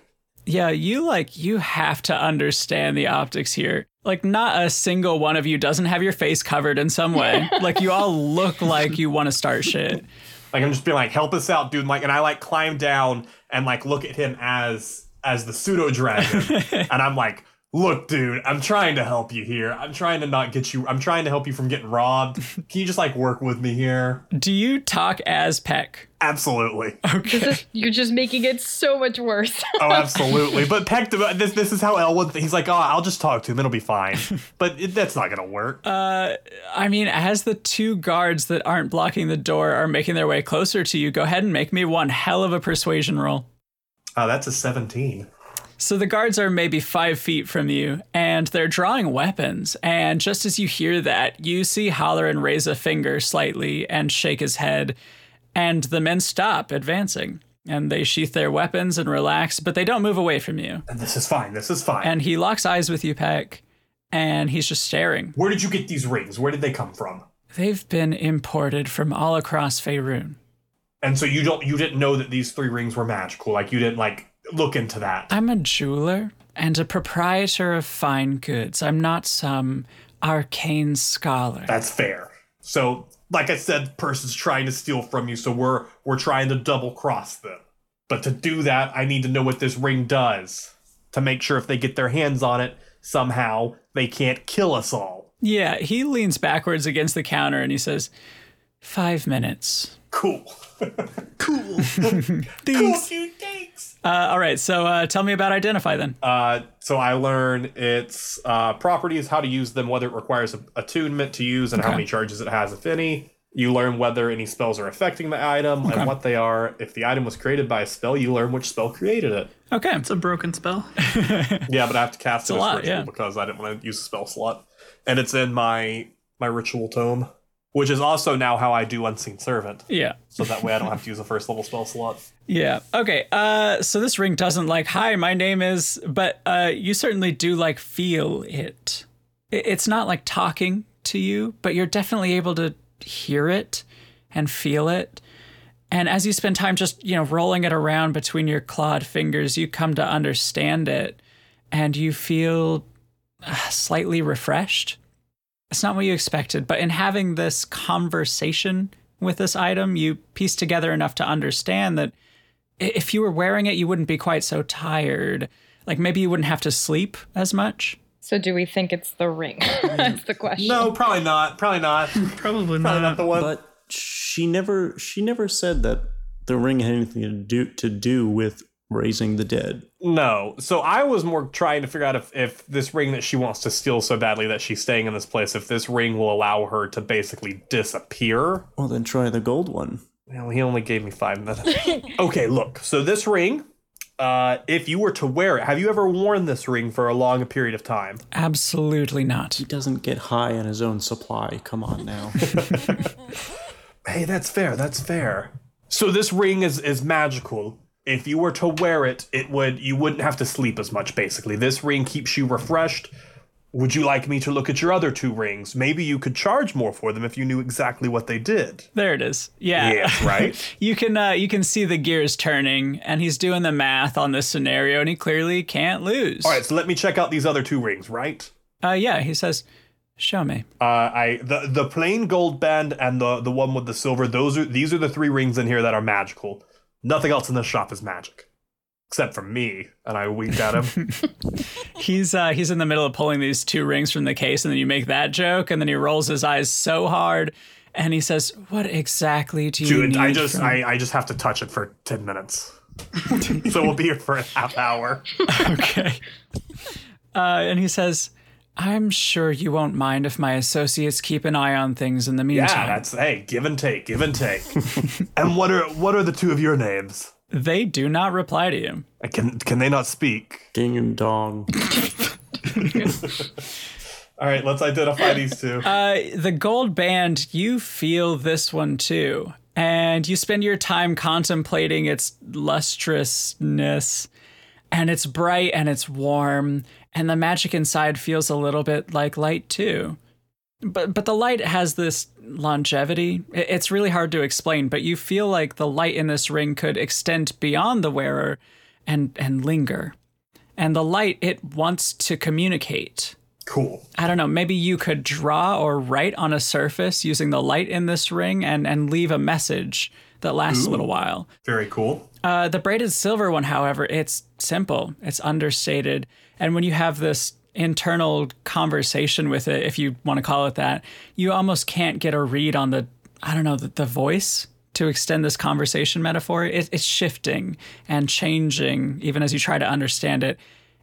Speaker 1: Yeah, you like you have to understand the optics here. Like not a single one of you doesn't have your face covered in some way. like you all look like you want to start shit.
Speaker 7: Like I'm just being like, help us out, dude. Like, and I like climb down and like look at him as as the pseudo dragon, and I'm like, look, dude, I'm trying to help you here. I'm trying to not get you. I'm trying to help you from getting robbed. Can you just like work with me here?
Speaker 1: Do you talk as Peck?
Speaker 7: Absolutely.
Speaker 9: You're just making it so much worse. [LAUGHS]
Speaker 7: Oh, absolutely. But Peck, this this is how Elwood. He's like, oh, I'll just talk to him. It'll be fine. But it, that's not gonna work.
Speaker 1: I mean, as the two guards that aren't blocking the door are making their way closer to you, go ahead and make me one hell of a persuasion roll.
Speaker 7: oh, that's a 17.
Speaker 1: So the guards are maybe five feet from you, and they're drawing weapons. And just as you hear that, you see Halloran raise a finger slightly and shake his head, and the men stop advancing. And they sheath their weapons and relax, but they don't move away from you.
Speaker 7: And this is fine. This is fine.
Speaker 1: And he locks eyes with you, Peck, and he's just staring.
Speaker 7: Where did you get these rings? Where did they come from?
Speaker 1: They've been imported from all across Faerun.
Speaker 7: And so you don't you didn't know that these three rings were magical. Like you didn't like look into that.
Speaker 1: I'm a jeweler and a proprietor of fine goods. I'm not some arcane scholar.
Speaker 7: That's fair. So like I said, person's trying to steal from you, so we're we're trying to double cross them. But to do that, I need to know what this ring does to make sure if they get their hands on it, somehow they can't kill us all.
Speaker 1: Yeah, he leans backwards against the counter and he says, Five minutes.
Speaker 7: Cool. [LAUGHS] cool,
Speaker 1: Thanks.
Speaker 7: dude, thanks.
Speaker 1: Uh, all right, so uh, tell me about Identify then.
Speaker 7: Uh, so I learn its uh, properties, how to use them, whether it requires a attunement to use, and how many charges it has, if any. You learn whether any spells are affecting the item and what they are. If the item was created by a spell, you learn which spell created it.
Speaker 1: okay.
Speaker 5: It's a broken spell.
Speaker 7: Yeah, but I have to cast it
Speaker 1: a
Speaker 7: as
Speaker 1: lot,
Speaker 7: ritual
Speaker 1: yeah.
Speaker 7: because I didn't want to use a spell slot, and it's in my my ritual tome, which is also now how I do unseen servant.
Speaker 1: Yeah.
Speaker 7: So that way I don't have to use a first level spell slot.
Speaker 1: Yeah. Okay. Uh, so this ring doesn't like, hi, my name is, but uh, you certainly do like feel it. I- It's not like talking to you, but you're definitely able to hear it and feel it. And as you spend time just, you know, rolling it around between your clawed fingers, you come to understand it and you feel uh, slightly refreshed. It's not what you expected, but in having this conversation with this item, you piece together enough to understand that i- if you were wearing it, you wouldn't be quite so tired. Like maybe you wouldn't have to sleep as much.
Speaker 9: so do we think it's the ring? [LAUGHS] That's the question.
Speaker 7: No, probably not. Probably not.
Speaker 5: Probably
Speaker 7: Probably
Speaker 5: not.
Speaker 7: not the one.
Speaker 10: But she never she never said that the ring had anything to do to do with raising the dead.
Speaker 7: No. So I was more trying to figure out if, if this ring that she wants to steal so badly that she's staying in this place, if this ring will allow her to basically disappear.
Speaker 10: Well, then try the gold one.
Speaker 7: Well, he only gave me five minutes. okay, look. So this ring, uh, if you were to wear it, have you ever worn this ring for a long period of time?
Speaker 1: Absolutely not.
Speaker 10: He doesn't get high on his own supply. Come on [LAUGHS] now.
Speaker 7: Hey, that's fair. That's fair. So this ring is is magical. If you were to wear it, it would you wouldn't have to sleep as much basically. This ring keeps you refreshed. Would you like me to look at your other two rings? Maybe you could charge more for them if you knew exactly what they did.
Speaker 1: There it is. Yeah. [LAUGHS]
Speaker 7: Yes, right?
Speaker 1: You can uh, you can see the gears turning, and he's doing the math on this scenario, and he clearly can't lose.
Speaker 7: [LAUGHS] All right, so let me check out these other two rings, right?
Speaker 1: Uh, yeah. He says, "Show me."
Speaker 7: Uh, I the the plain gold band and the the one with the silver. Those are these are the three rings in here that are magical. Nothing else in this shop is magic, except for me. And I winked at him.
Speaker 1: He's uh, he's in the middle of pulling these two rings from the case, and then you make that joke, and then he rolls his eyes so hard, and he says, "What exactly do you
Speaker 7: Dude,
Speaker 1: need?"
Speaker 7: I just
Speaker 1: from-"
Speaker 7: I, I just have to touch it for ten minutes. [LAUGHS] so we'll be here for a half hour.
Speaker 1: okay. Uh, and he says, I'm sure you won't mind if my associates keep an eye on things in the meantime.
Speaker 7: Yeah, that's hey, give and take, give and take. [LAUGHS] and what are what are the two of your names?
Speaker 1: they do not reply to you.
Speaker 7: Uh, Can can they not speak?
Speaker 10: Ding and dong.
Speaker 7: All right, let's identify these
Speaker 9: [LAUGHS]
Speaker 7: two.
Speaker 1: Uh, the gold band, you feel this one too, and you spend your time contemplating its lustrousness, and it's bright and it's warm, and the magic inside feels a little bit like light too. But but the light has this longevity. I- It's really hard to explain, but you feel like the light in this ring could extend beyond the wearer, and and linger, and the light it wants to communicate.
Speaker 7: Cool.
Speaker 1: I don't know, maybe you could draw or write on a surface using the light in this ring and, and leave a message that lasts a little while.
Speaker 7: Very cool.
Speaker 1: Uh, the braided silver one, however, it's simple, it's understated. And when you have this internal conversation with it, if you want to call it that, you almost can't get a read on the, I don't know, the, the voice to extend this conversation metaphor. It, it's shifting and changing even as you try to understand it.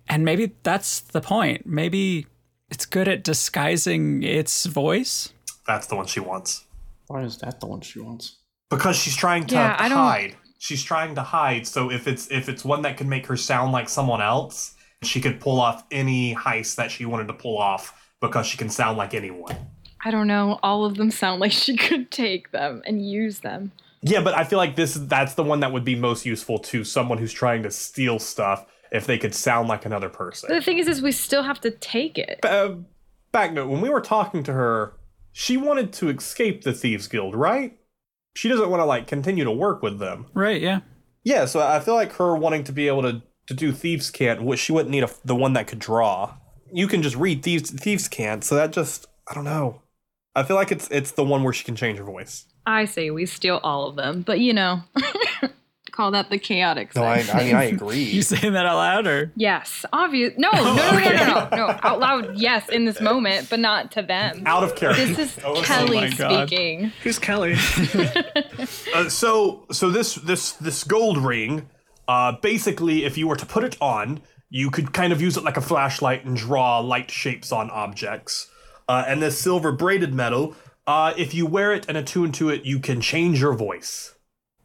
Speaker 1: And maybe that's the point. Maybe it's good at disguising its voice.
Speaker 7: That's the one she wants.
Speaker 10: Why is that the one she wants?
Speaker 7: Because she's trying to
Speaker 9: Yeah, I don't-
Speaker 7: hide. She's trying to hide, so if it's if it's one that can make her sound like someone else, she could pull off any heist that she wanted to pull off because she can sound like anyone.
Speaker 9: I don't know. All of them sound like she [LAUGHS] could take them and use them.
Speaker 7: Yeah, but I feel like this that's the one that would be most useful to someone who's trying to steal stuff if they could sound like another
Speaker 9: But the
Speaker 7: person.
Speaker 9: thing is, is we still have to take it.
Speaker 7: Uh, back note, when we were talking to her, she wanted to escape the Thieves Guild, right? She doesn't want to like continue to work with them.
Speaker 1: Right, yeah.
Speaker 7: Yeah, so I feel like her wanting to be able to, to do thieves cant, wh- she wouldn't need a, the one that could draw. You can just read thieves thieves cant, so that just I don't know. I feel like it's it's the one where she can change her voice.
Speaker 9: I say we steal all of them, but you know, [LAUGHS] call that the chaotic. side.
Speaker 7: I mean I
Speaker 1: You [LAUGHS]
Speaker 7: agree.
Speaker 1: saying that out loud or?
Speaker 9: yes, obvious. No, no, no, no, no, no,
Speaker 7: [LAUGHS]
Speaker 9: no. Out loud, yes, in this moment, but not to them.
Speaker 7: Out Oh of
Speaker 9: This
Speaker 7: character. [LAUGHS]
Speaker 9: is Kelly
Speaker 1: God.
Speaker 9: speaking.
Speaker 12: Who's
Speaker 5: [LAUGHS]
Speaker 12: Kelly?
Speaker 7: Uh, so so this this this gold ring, uh, basically, if you were to put it on, you could kind of use it like a flashlight and draw light shapes on objects. Uh, and this silver braided metal, uh, if you wear it and attune to it, you can change your voice.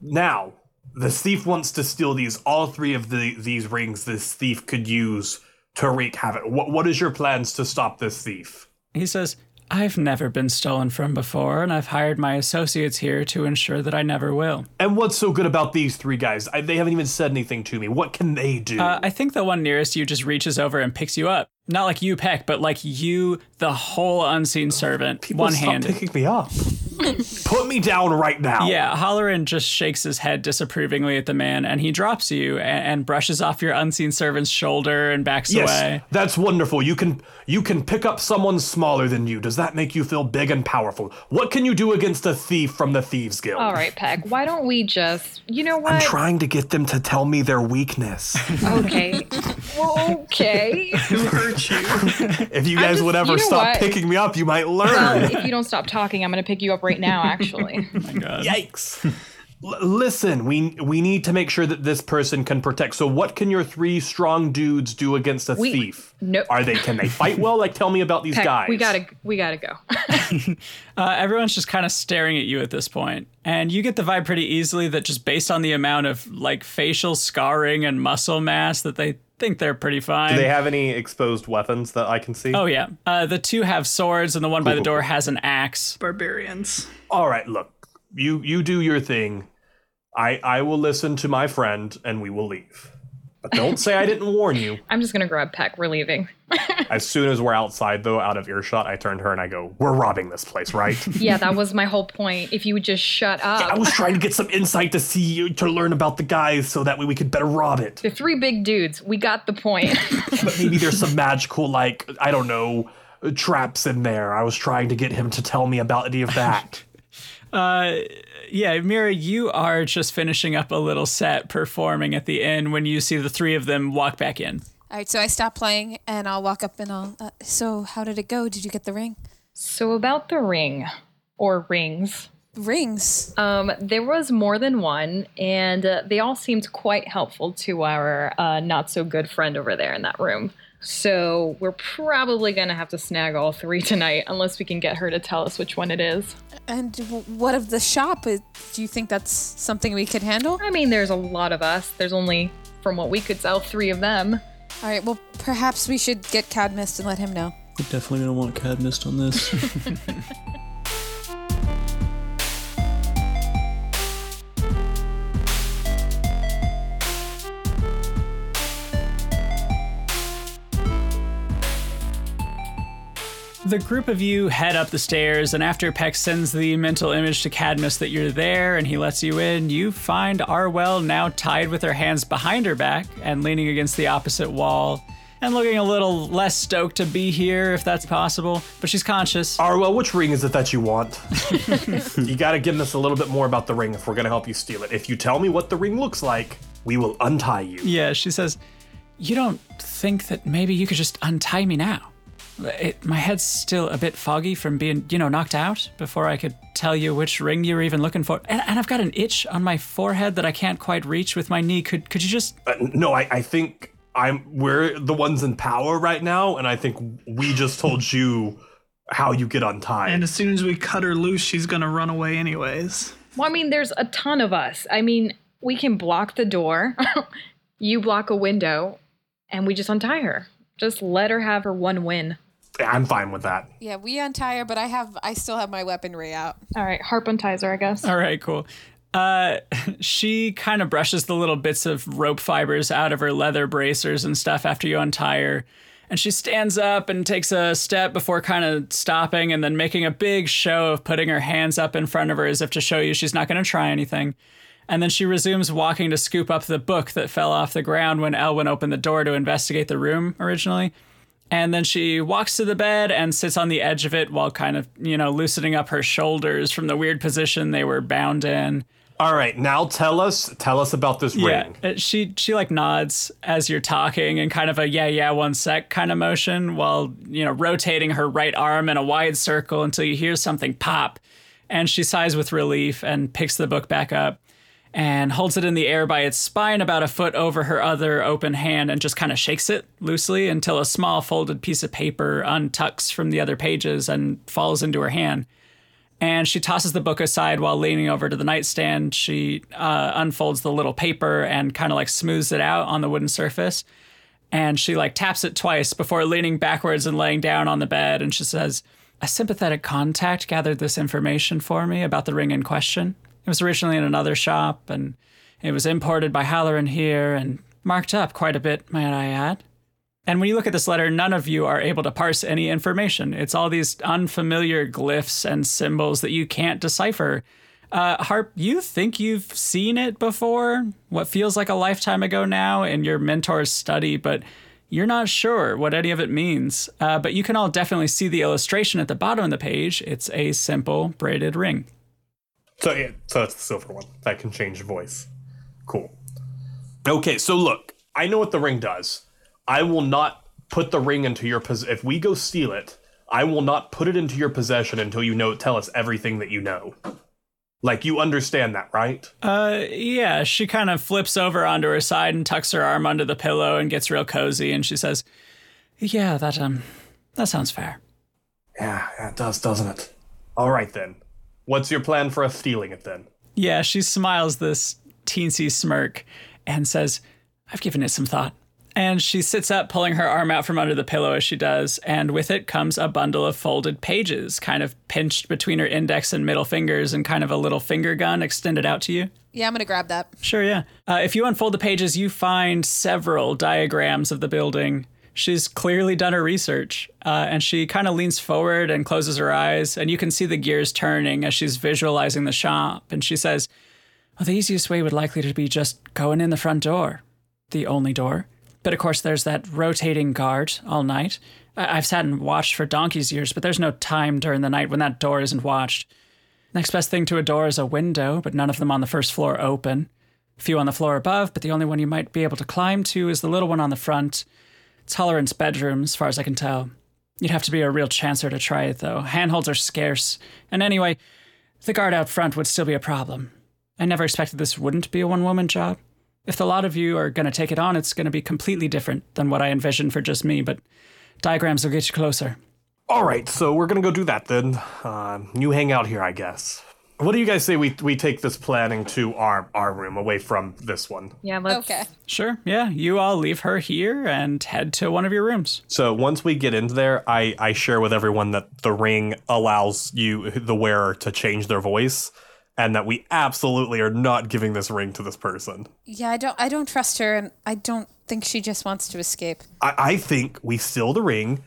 Speaker 7: Now, this thief wants to steal these all three of the these rings. This thief could use to wreak havoc. What what is your plans to stop this thief?
Speaker 1: He says, I've never been stolen from before, and I've hired my associates here to ensure that I never will.
Speaker 7: And what's so good about these three guys? I, they haven't even said anything to me. What can they do?
Speaker 1: Uh, I think the one nearest you just reaches over and picks you up. Not like you peck, but like you, the whole unseen servant,
Speaker 7: People
Speaker 1: one
Speaker 7: stop
Speaker 1: handed.
Speaker 7: picking me up. [LAUGHS] Put me down right now.
Speaker 1: Yeah, Holleran just shakes his head disapprovingly at the man, and he drops you and, and brushes off your unseen servant's shoulder and backs
Speaker 7: Yes,
Speaker 1: away.
Speaker 7: that's wonderful. You can you can pick up someone smaller than you. Does that make you feel big and powerful? What can you do against a thief from the thieves guild?
Speaker 9: All right, Peck. Why don't we just, you know
Speaker 7: I'm
Speaker 9: what?
Speaker 7: trying to get them to tell me their [LAUGHS] weakness.
Speaker 9: okay. Well,
Speaker 7: [LAUGHS]
Speaker 9: okay.
Speaker 12: Who hurt you?
Speaker 7: if you guys
Speaker 9: just-
Speaker 7: would ever
Speaker 9: you know
Speaker 7: stop
Speaker 9: what?
Speaker 7: picking me up, you might learn. [LAUGHS]
Speaker 9: Well, [LAUGHS] if you don't stop talking, I'm going to pick you up right now, actually.
Speaker 7: Yikes. L- listen, we we need to make sure that this person can protect. So what can your three strong dudes do against a
Speaker 9: We-
Speaker 7: thief?
Speaker 9: no-
Speaker 7: Are they can they fight well? Like tell me about these
Speaker 9: Peck,
Speaker 7: guys.
Speaker 9: we gotta, we gotta go. [LAUGHS]
Speaker 1: Uh, everyone's just kind of staring at you at this point, and you get the vibe pretty easily that just based on the amount of like facial scarring and muscle mass that they think they're pretty fine.
Speaker 7: Do they have any exposed weapons that I can see?
Speaker 1: Oh yeah, uh, the two have swords, and the one by the door has an axe.
Speaker 12: Barbarians.
Speaker 7: All right, look. You you do your thing. I I will listen to my friend and we will leave. But don't say I didn't warn you.
Speaker 9: I'm just going to grab Peck. We're leaving.
Speaker 7: As soon as we're outside though, out of earshot, I turn to her and I go, "We're robbing this place, right?"
Speaker 9: Yeah, that was my whole point. If you would just shut
Speaker 7: [LAUGHS] I
Speaker 9: up.
Speaker 7: was trying to get some insight to see to learn about the guys so that way we could better rob it.
Speaker 9: They're three big dudes. We got
Speaker 7: [LAUGHS]
Speaker 9: the point.
Speaker 7: But maybe there's [LAUGHS] some magical like, I don't know, traps in there. I was trying to get him to tell me about any of that.
Speaker 1: Yeah, Mira, you are just finishing up a little set performing at the end when you see the three of them walk back in.
Speaker 11: All right, so I stop playing and I'll walk up and I'll. Uh, so, how did it go? Did you get the ring?
Speaker 9: so about the ring or rings.
Speaker 11: Rings.
Speaker 9: Um, there was more than one, and uh, they all seemed quite helpful to our uh, not so good friend over there in that room. So we're probably going to have to snag all three tonight unless we can get her to tell us which one it is.
Speaker 11: And w- what of the shop? Is- Do you think that's something we could handle?
Speaker 9: I mean, there's a lot of us. There's only, from what we could tell, three of them.
Speaker 11: All right, well, perhaps we should get Cadmus and let him know.
Speaker 10: We're definitely going to want Cadmus on this.
Speaker 1: The group of you head up the stairs, and after Peck sends the mental image to Cadmus that you're there and he lets you in, you find Arwell now tied with her hands behind her back and leaning against the opposite wall and looking a little less stoked to be here, if that's possible, but she's conscious.
Speaker 7: Arwell, which ring is it that you want? [LAUGHS] you gotta give us a little bit more about the ring if we're gonna help you steal it. If you tell me what the ring looks like, we will untie you.
Speaker 1: Yeah, she says, You don't think that maybe you could just untie me now? It, my head's still a bit foggy from being, you know, knocked out before I could tell you which ring you were even looking for. And, and I've got an itch on my forehead that I can't quite reach with my knee. Could could you just
Speaker 7: Uh, no, I, I think I'm. We're the ones in power right now, and I think we just told you how you get untied.
Speaker 12: And as soon as we cut her loose, she's gonna run away anyways.
Speaker 9: Well, I mean, there's a ton of us. I mean, we can block the door, [LAUGHS] you block a window, and we just untie her. Just let her have her one win.
Speaker 7: I'm fine with that.
Speaker 11: Yeah, we untie her, but I have I still have my weaponry out.
Speaker 9: All right, harp unties her, I
Speaker 1: [LAUGHS]
Speaker 9: guess.
Speaker 1: All right, cool. Uh, [LAUGHS] she kind of brushes the little bits of rope fibers out of her leather bracers and stuff after you untie her. And she stands up and takes a step before kind of stopping and then making a big show of putting her hands up in front of her as if to show you she's not going to try anything. And then she resumes walking to scoop up the book that fell off the ground when Elwyn opened the door to investigate the room originally. And then she walks to the bed and sits on the edge of it while kind of, you know, loosening up her shoulders from the weird position they were bound in.
Speaker 7: All right, now tell us tell us about this ring.
Speaker 1: Yeah, uh, she she like nods as you're talking and kind of a yeah yeah one sec kind of motion while you know rotating her right arm in a wide circle until you hear something pop, and she sighs with relief and picks the book back up and holds it in the air by its spine about a foot over her other open hand and just kind of shakes it loosely until a small folded piece of paper untucks from the other pages and falls into her hand and she tosses the book aside while leaning over to the nightstand. She uh, unfolds the little paper and kind of like smooths it out on the wooden surface. And she like taps it twice before leaning backwards and laying down on the bed. And she says, A sympathetic contact gathered this information for me about the ring in question. It was originally in another shop and it was imported by Halloran here and marked up quite a bit, might I add. And when you look at this letter, none of you are able to parse any information. It's all these unfamiliar glyphs and symbols that you can't decipher. Uh, Harp, you think you've seen it before, what feels like a lifetime ago now in your mentor's study, but you're not sure what any of it means. Uh, but you can all definitely see the illustration at the bottom of the page. It's a simple braided ring.
Speaker 7: So yeah, so it's the silver one that can change voice. Cool. Okay, so look, I know what the ring does. I will not put the ring into your pos. If we go steal it, I will not put it into your possession until you know. Tell us everything that you know. Like you understand that, right?
Speaker 1: Uh, yeah, she kind of flips over onto her side and tucks her arm under the pillow and gets real cozy. And she says, "Yeah, that um, that sounds fair."
Speaker 7: Yeah, it does, doesn't it? All right then. What's your plan for us stealing it then?
Speaker 1: Yeah, she smiles this teensy smirk and says, I've given it some thought. And she sits up, pulling her arm out from under the pillow as she does, and with it comes a bundle of folded pages, kind of pinched between her index and middle fingers, and kind of a little finger gun extended out to you.
Speaker 11: Yeah, I'm gonna grab that.
Speaker 1: Sure, yeah. Uh, if you unfold the pages, you find several diagrams of the building. She's clearly done her research, uh, and she kind of leans forward and closes her eyes, and you can see the gears turning as she's visualizing the shop. And she says, "Well, the easiest way would likely to be just going in the front door, the only door. But of course, there's that rotating guard all night. I- I've sat and watched for donkey's years, but there's no time during the night when that door isn't watched." Next best thing to a door is a window, but none of them on the first floor open. Few on the floor above, but the only one you might be able to climb to is the little one on the front. It's Hollerent's bedroom, as far as I can tell. You'd have to be a real chancer to try it, though. Handholds are scarce. And anyway, the guard out front would still be a problem. I never expected this wouldn't be a one woman job. If the lot of you are going to take it on, it's going to be completely different than what I envisioned for just me, but diagrams will get you closer.
Speaker 7: All right, so we're gonna go do that then. Um, you hang out here, I guess. What do you guys say we we take this planning to our our room away from this one?
Speaker 9: Yeah, let's.
Speaker 11: Okay.
Speaker 1: Sure, yeah, you all leave her here and head to one of your rooms.
Speaker 7: So once we get into there, I I share with everyone that the ring allows you the wearer to change their voice, and that we absolutely are not giving this ring to this person.
Speaker 11: Yeah, I don't I don't trust her and I don't think she just wants to escape.
Speaker 7: I, I think we steal the ring.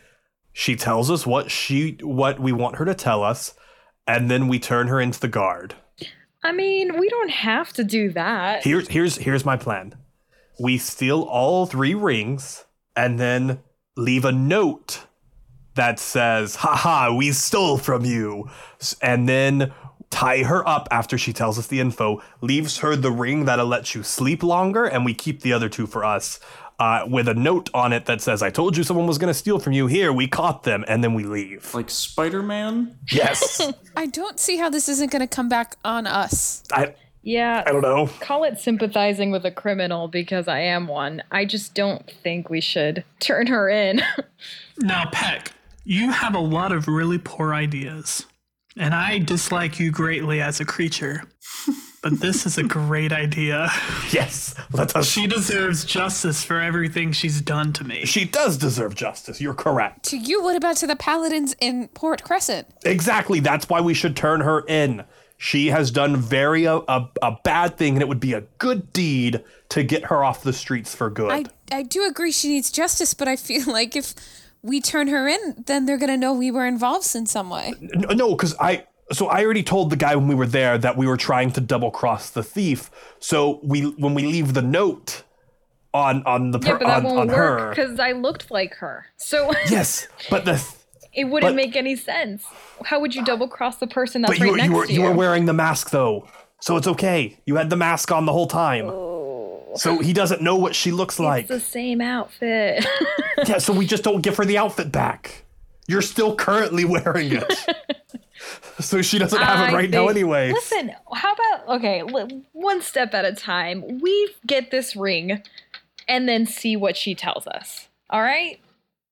Speaker 7: She tells us what she what we want her to tell us, and then we turn her into the guard.
Speaker 9: I mean, we don't have to do that.
Speaker 7: Here's here's here's my plan. We steal all three rings and then leave a note that says, "Haha, we stole from you." S- And then tie her up after she tells us the info, leaves her the ring that'll let you sleep longer and we keep the other two for us. Uh, with a note on it that says, "I told you someone was going to steal from you. Here, we caught them," and then we leave.
Speaker 10: Like Spider Man?
Speaker 7: Yes,
Speaker 11: I don't see how this isn't going to come back on us.
Speaker 7: I
Speaker 9: Yeah.
Speaker 7: I don't know.
Speaker 9: Call it sympathizing with a criminal because I am one. I just don't think we should turn her in. [LAUGHS]
Speaker 12: Now, Peck, you have a lot of really poor ideas, and I dislike you greatly as a creature. [LAUGHS] But this is a great idea. [LAUGHS]
Speaker 7: Yes, let us.
Speaker 12: She deserves justice for everything she's done to me.
Speaker 7: She does deserve justice. You're correct.
Speaker 11: To you, what about to the paladins in Port Crescent?
Speaker 7: Exactly. That's why we should turn her in. She has done very a, a, a bad thing, and it would be a good deed to get her off the streets for good.
Speaker 11: I I do agree she needs justice, but I feel [LAUGHS] like if we turn her in, then they're going to know we were involved in some way.
Speaker 7: N- no, because I. So I already told the guy when we were there that we were trying to double cross the thief. So we when we leave the note on on the per,
Speaker 9: yeah, but that
Speaker 7: on,
Speaker 9: won't
Speaker 7: on
Speaker 9: work
Speaker 7: her.
Speaker 9: because I looked like her. So [LAUGHS]
Speaker 7: Yes, but the th-
Speaker 9: it wouldn't
Speaker 7: But-
Speaker 9: make any sense. How would you double cross the person
Speaker 7: but
Speaker 9: that's
Speaker 7: you
Speaker 9: right
Speaker 7: were,
Speaker 9: next
Speaker 7: you were
Speaker 9: to
Speaker 7: you were wearing the mask though, so it's okay. You had the mask on the whole time, so he doesn't know what she looks like.
Speaker 9: Oh. It's the same outfit. [LAUGHS]
Speaker 7: Yeah, so we just don't give her the outfit back. You're still currently [LAUGHS] wearing
Speaker 9: [LAUGHS]
Speaker 7: it. so she doesn't have
Speaker 9: I
Speaker 7: it right now
Speaker 9: think-
Speaker 7: anyway.
Speaker 9: Listen, how about okay, l- one step at a time. We get this ring and then see what she tells us. All right?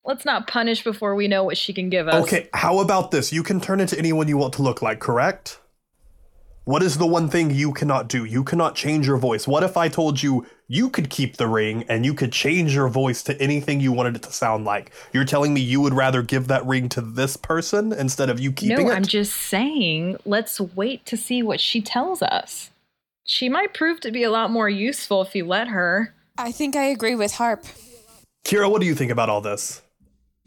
Speaker 9: Let's not punish before we know what she can give us.
Speaker 7: Okay, how about this? You can turn into anyone you want to look like, correct? What is the one thing you cannot do? You cannot change your voice. What if I told you you could keep the ring and you could change your voice to anything you wanted it to sound like? You're telling me you would rather give that ring to this person instead of you keeping
Speaker 9: No,
Speaker 7: it?
Speaker 9: I'm just saying, let's wait to see what she tells us. She might prove to be a lot more useful if you let her.
Speaker 11: I think I agree with Harp.
Speaker 7: Kira, what do you think about all this?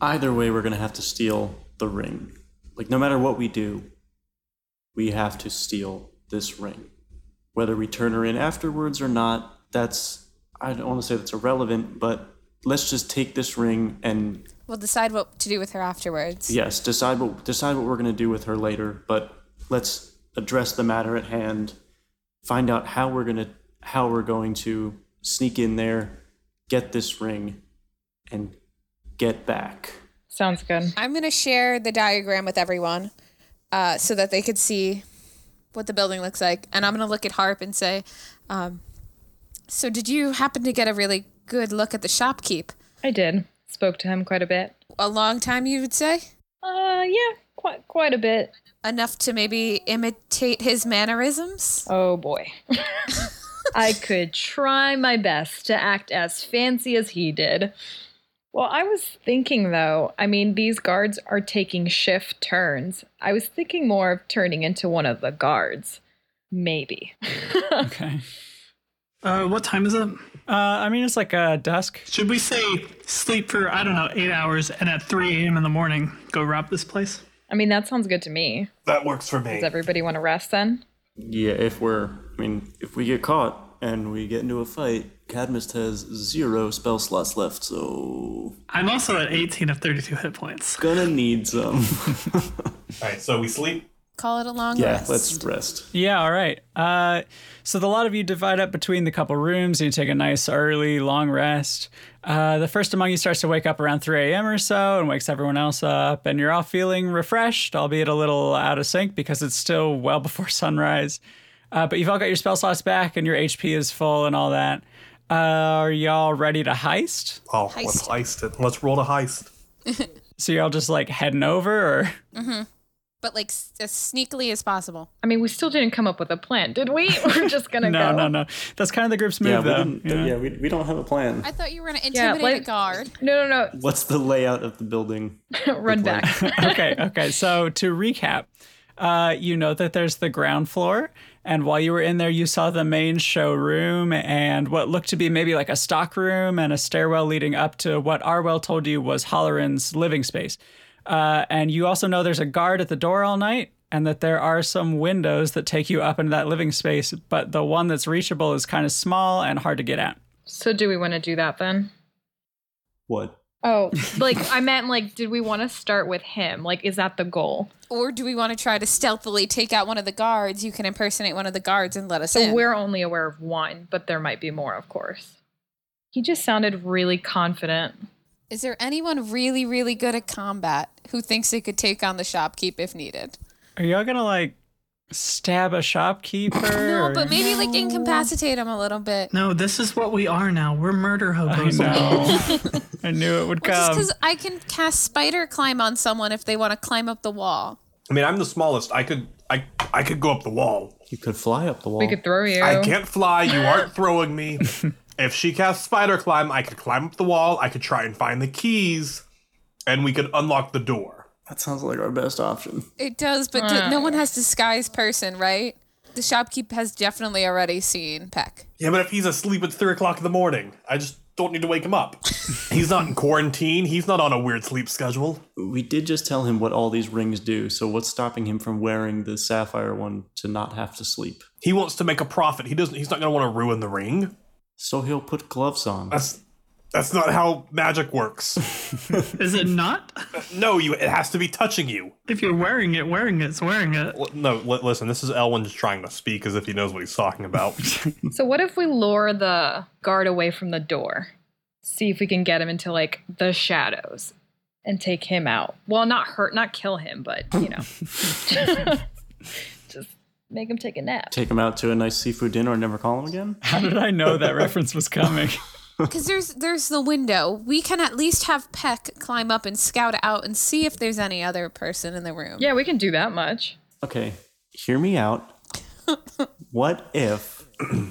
Speaker 10: Either way, we're going to have to steal the ring. Like, no matter what we do, we have to steal this ring. Whether we turn her in afterwards or not, that's, I don't want to say that's irrelevant, but let's just take this ring and
Speaker 11: We'll decide what to do with her afterwards.
Speaker 10: Yes, decide what decide what we're going to do with her later, but let's address the matter at hand. Find out how we're going to how we're going to sneak in there, get this ring and get back.
Speaker 9: Sounds good.
Speaker 11: I'm going to share the diagram with everyone uh, so that they could see what the building looks like. And I'm going to look at Harp and say, um, So, did you happen to get a really good look at the shopkeep?
Speaker 9: I did. Spoke to him quite a bit.
Speaker 11: A long time, you would say?
Speaker 9: Uh yeah, quite quite a bit.
Speaker 11: Enough to maybe imitate his mannerisms?
Speaker 9: Oh boy. [LAUGHS] I could try my best to act as fancy as he did. Well, I was thinking though, I mean, these guards are taking shift turns. I was thinking more of turning into one of the guards. Maybe.
Speaker 1: Okay.
Speaker 12: Uh, what time is it?
Speaker 1: Uh, I mean, it's like uh, dusk.
Speaker 12: Should we say sleep for, I don't know, eight hours and at 3 a.m. in the morning go rob this place?
Speaker 9: I mean, that sounds good to me.
Speaker 7: That works for me.
Speaker 9: Does everybody want to rest then?
Speaker 10: Yeah, if we're I mean, if we get caught and we get into a fight, Cadmus has zero spell slots left, so
Speaker 12: I'm also at 18 of 32 hit points.
Speaker 10: gonna need some. [LAUGHS]
Speaker 7: All right, so we sleep.
Speaker 11: Call it a long
Speaker 10: yeah,
Speaker 11: rest.
Speaker 10: [LAUGHS] let's rest.
Speaker 1: Yeah, all right. Uh, so the lot of you divide up between the couple rooms and you take a nice early long rest. Uh, the first among you starts to wake up around 3 a.m. or so and wakes everyone else up, and you're all [LAUGHS] feeling refreshed, albeit a little out of sync because it's still well before sunrise. Uh, but you've all got your spell slots back and your HP is full and all that. Uh, are y'all ready to heist?
Speaker 7: Oh, let's heist it. Let's roll to heist.
Speaker 1: So you're all just like heading over or [LAUGHS]
Speaker 11: But like s- as sneakily as possible.
Speaker 9: I mean, we still didn't come up with a plan, did we? [LAUGHS] We're just gonna
Speaker 1: no,
Speaker 9: go.
Speaker 1: no, no. That's kind of the group's move
Speaker 10: Yeah, we
Speaker 1: though.
Speaker 10: didn't, yeah, we, we don't have a plan.
Speaker 11: I thought you were going to
Speaker 9: Yeah,
Speaker 11: intimidate
Speaker 9: like-
Speaker 11: a guard.
Speaker 9: no, no,
Speaker 10: What's the layout of the building?
Speaker 9: no. Run
Speaker 11: [LAUGHS]
Speaker 9: back.
Speaker 1: okay, okay. So to recap, uh, you know that there's the ground floor, and while you were in there, you saw the main showroom and what looked to be maybe like a stock room and a stairwell leading up to what Arwell told you was Holloran's living space. Uh, and you also know there's a guard at the door all night, and that there are some windows that take you up into that living space, but the one that's reachable is kind of small and hard to get at.
Speaker 9: So, do we want to do that then?
Speaker 10: What?
Speaker 9: Oh, like I meant, like, did we want to start with him? Like, is that the goal?
Speaker 11: Or do we want to try to stealthily take out one of the guards? You can impersonate one of the guards and let us
Speaker 9: So
Speaker 11: in.
Speaker 9: we're only aware of one, but there might be more, of course. He just sounded really confident.
Speaker 11: Is there anyone really, really good at combat who thinks they could take on the shopkeep if needed?
Speaker 1: Are y'all gonna like stab a shopkeeper?
Speaker 11: No,
Speaker 1: or-
Speaker 11: but maybe like incapacitate him a little bit.
Speaker 5: Um,
Speaker 12: No, this is what we are now. We're murder
Speaker 1: I
Speaker 12: hobos.
Speaker 1: [LAUGHS] know. I knew it would
Speaker 11: Well, just
Speaker 1: come.
Speaker 11: because I can cast spider climb on someone if they want to climb up the wall.
Speaker 7: I mean, I'm the smallest. I could I I could go up the wall.
Speaker 10: You could fly up the wall.
Speaker 9: We could throw you.
Speaker 7: I can't fly. You aren't throwing me. if she casts spider climb, I could climb up the wall. I could try and find the keys, and we could unlock the door.
Speaker 10: that sounds like our best option.
Speaker 11: It does, but d- no one has disguised person, right? The shopkeep has definitely already seen Peck.
Speaker 7: Yeah, but if he's asleep at three o'clock in the morning, I just don't need to wake him up. he's not in quarantine. He's not on a weird sleep schedule.
Speaker 10: We did just tell him what all these rings do, so what's stopping him from wearing the sapphire one to not have to sleep?
Speaker 7: He wants to make a profit. He doesn't. He's not going to want to ruin the ring.
Speaker 10: So he'll put gloves on.
Speaker 7: That's that's not how magic works.
Speaker 12: Is it not? [LAUGHS]
Speaker 7: no, you. It has to be touching you.
Speaker 12: If you're wearing it, wearing it's wearing it.
Speaker 7: L- No, li- listen. This is Elwin just trying to speak as if he knows what he's talking [LAUGHS] about.
Speaker 9: So what if we lure the guard away from the door? See if we can get him into like the shadows and take him out. Well, not hurt, not kill him, but you
Speaker 10: [LAUGHS]
Speaker 9: know. Just make him take a nap.
Speaker 10: Take him out to a nice seafood dinner and never call him again?
Speaker 1: How did I know that reference was
Speaker 7: [LAUGHS]
Speaker 1: coming?
Speaker 11: Because there's there's the window. We can at least have Peck climb up and scout out and see if there's any other person in the room.
Speaker 9: Yeah, we can do that much.
Speaker 10: Okay, hear me out. what if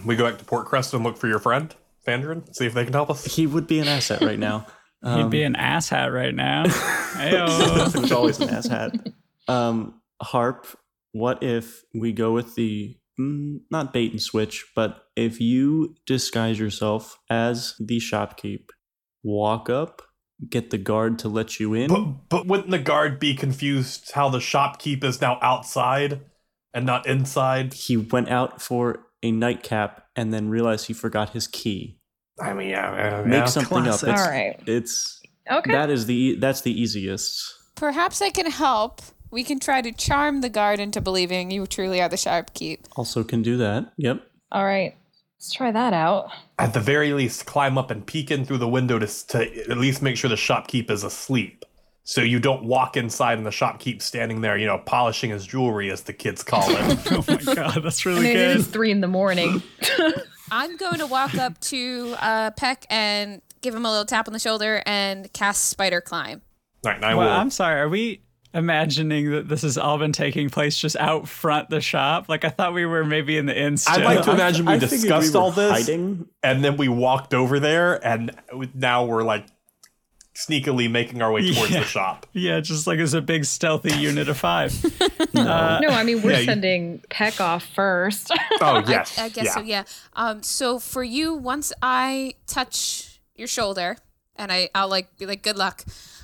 Speaker 7: we go back to Port Crest and look for your friend Vandrin. See if they can help us.
Speaker 10: he would be an asset right now?
Speaker 1: He'd be an
Speaker 7: Um,
Speaker 1: asshat right now.
Speaker 7: [LAUGHS]
Speaker 1: Ayo.
Speaker 10: There's always an ass hat. Um, Harp, what if we go with the mm, not bait and switch, but if you disguise yourself as the shopkeep, walk up, get the guard to let you in.
Speaker 7: But but wouldn't the guard be confused how the shopkeep is now outside and not inside?
Speaker 10: he went out for a nightcap and then realized he forgot his key.
Speaker 7: I mean, yeah,
Speaker 10: Make something
Speaker 12: classic.
Speaker 10: up. It's,
Speaker 9: All right.
Speaker 10: It's
Speaker 9: Okay.
Speaker 10: that is the e, that's the easiest.
Speaker 11: Perhaps I can help. We can try to charm the guard into believing you truly are the shopkeep.
Speaker 10: Also can do that. Yep.
Speaker 9: All right. Let's try that out.
Speaker 7: At the very least, climb up and peek in through the window to, s- to at least make sure the shopkeep is asleep. So you don't walk inside and the shopkeep standing there, you know, polishing his jewelry, as the kids call
Speaker 1: [LAUGHS] [LAUGHS]
Speaker 7: it.
Speaker 1: oh my god, that's
Speaker 9: I
Speaker 1: really
Speaker 9: mean, it
Speaker 1: good.
Speaker 9: is three in the morning.
Speaker 11: I'm going to walk up to uh, Peck and give him a little tap on the shoulder and cast spider climb.
Speaker 7: All right, and I
Speaker 1: Well,
Speaker 7: will.
Speaker 1: I'm sorry. Are we imagining that this has all been taking place just out front the shop? Like I thought we were maybe in the inn.
Speaker 7: I'd
Speaker 1: still.
Speaker 7: like to
Speaker 10: I-
Speaker 7: imagine we
Speaker 10: I figured we
Speaker 7: discussed
Speaker 10: were
Speaker 7: all this,
Speaker 10: Hiding.
Speaker 7: and then we walked over there, and now we're like sneakily making our way towards
Speaker 1: Yeah.
Speaker 7: the shop.
Speaker 1: yeah, just like as a big stealthy unit of five.
Speaker 7: [LAUGHS]
Speaker 1: Uh,
Speaker 9: no, I mean we're
Speaker 7: you-
Speaker 9: sending Peck off first.
Speaker 7: [LAUGHS] Oh
Speaker 11: I-
Speaker 7: yes,
Speaker 11: I, guess
Speaker 7: yeah.
Speaker 11: so, yeah. Um, so for you, once I touch your shoulder and I, I'll like be like, good luck.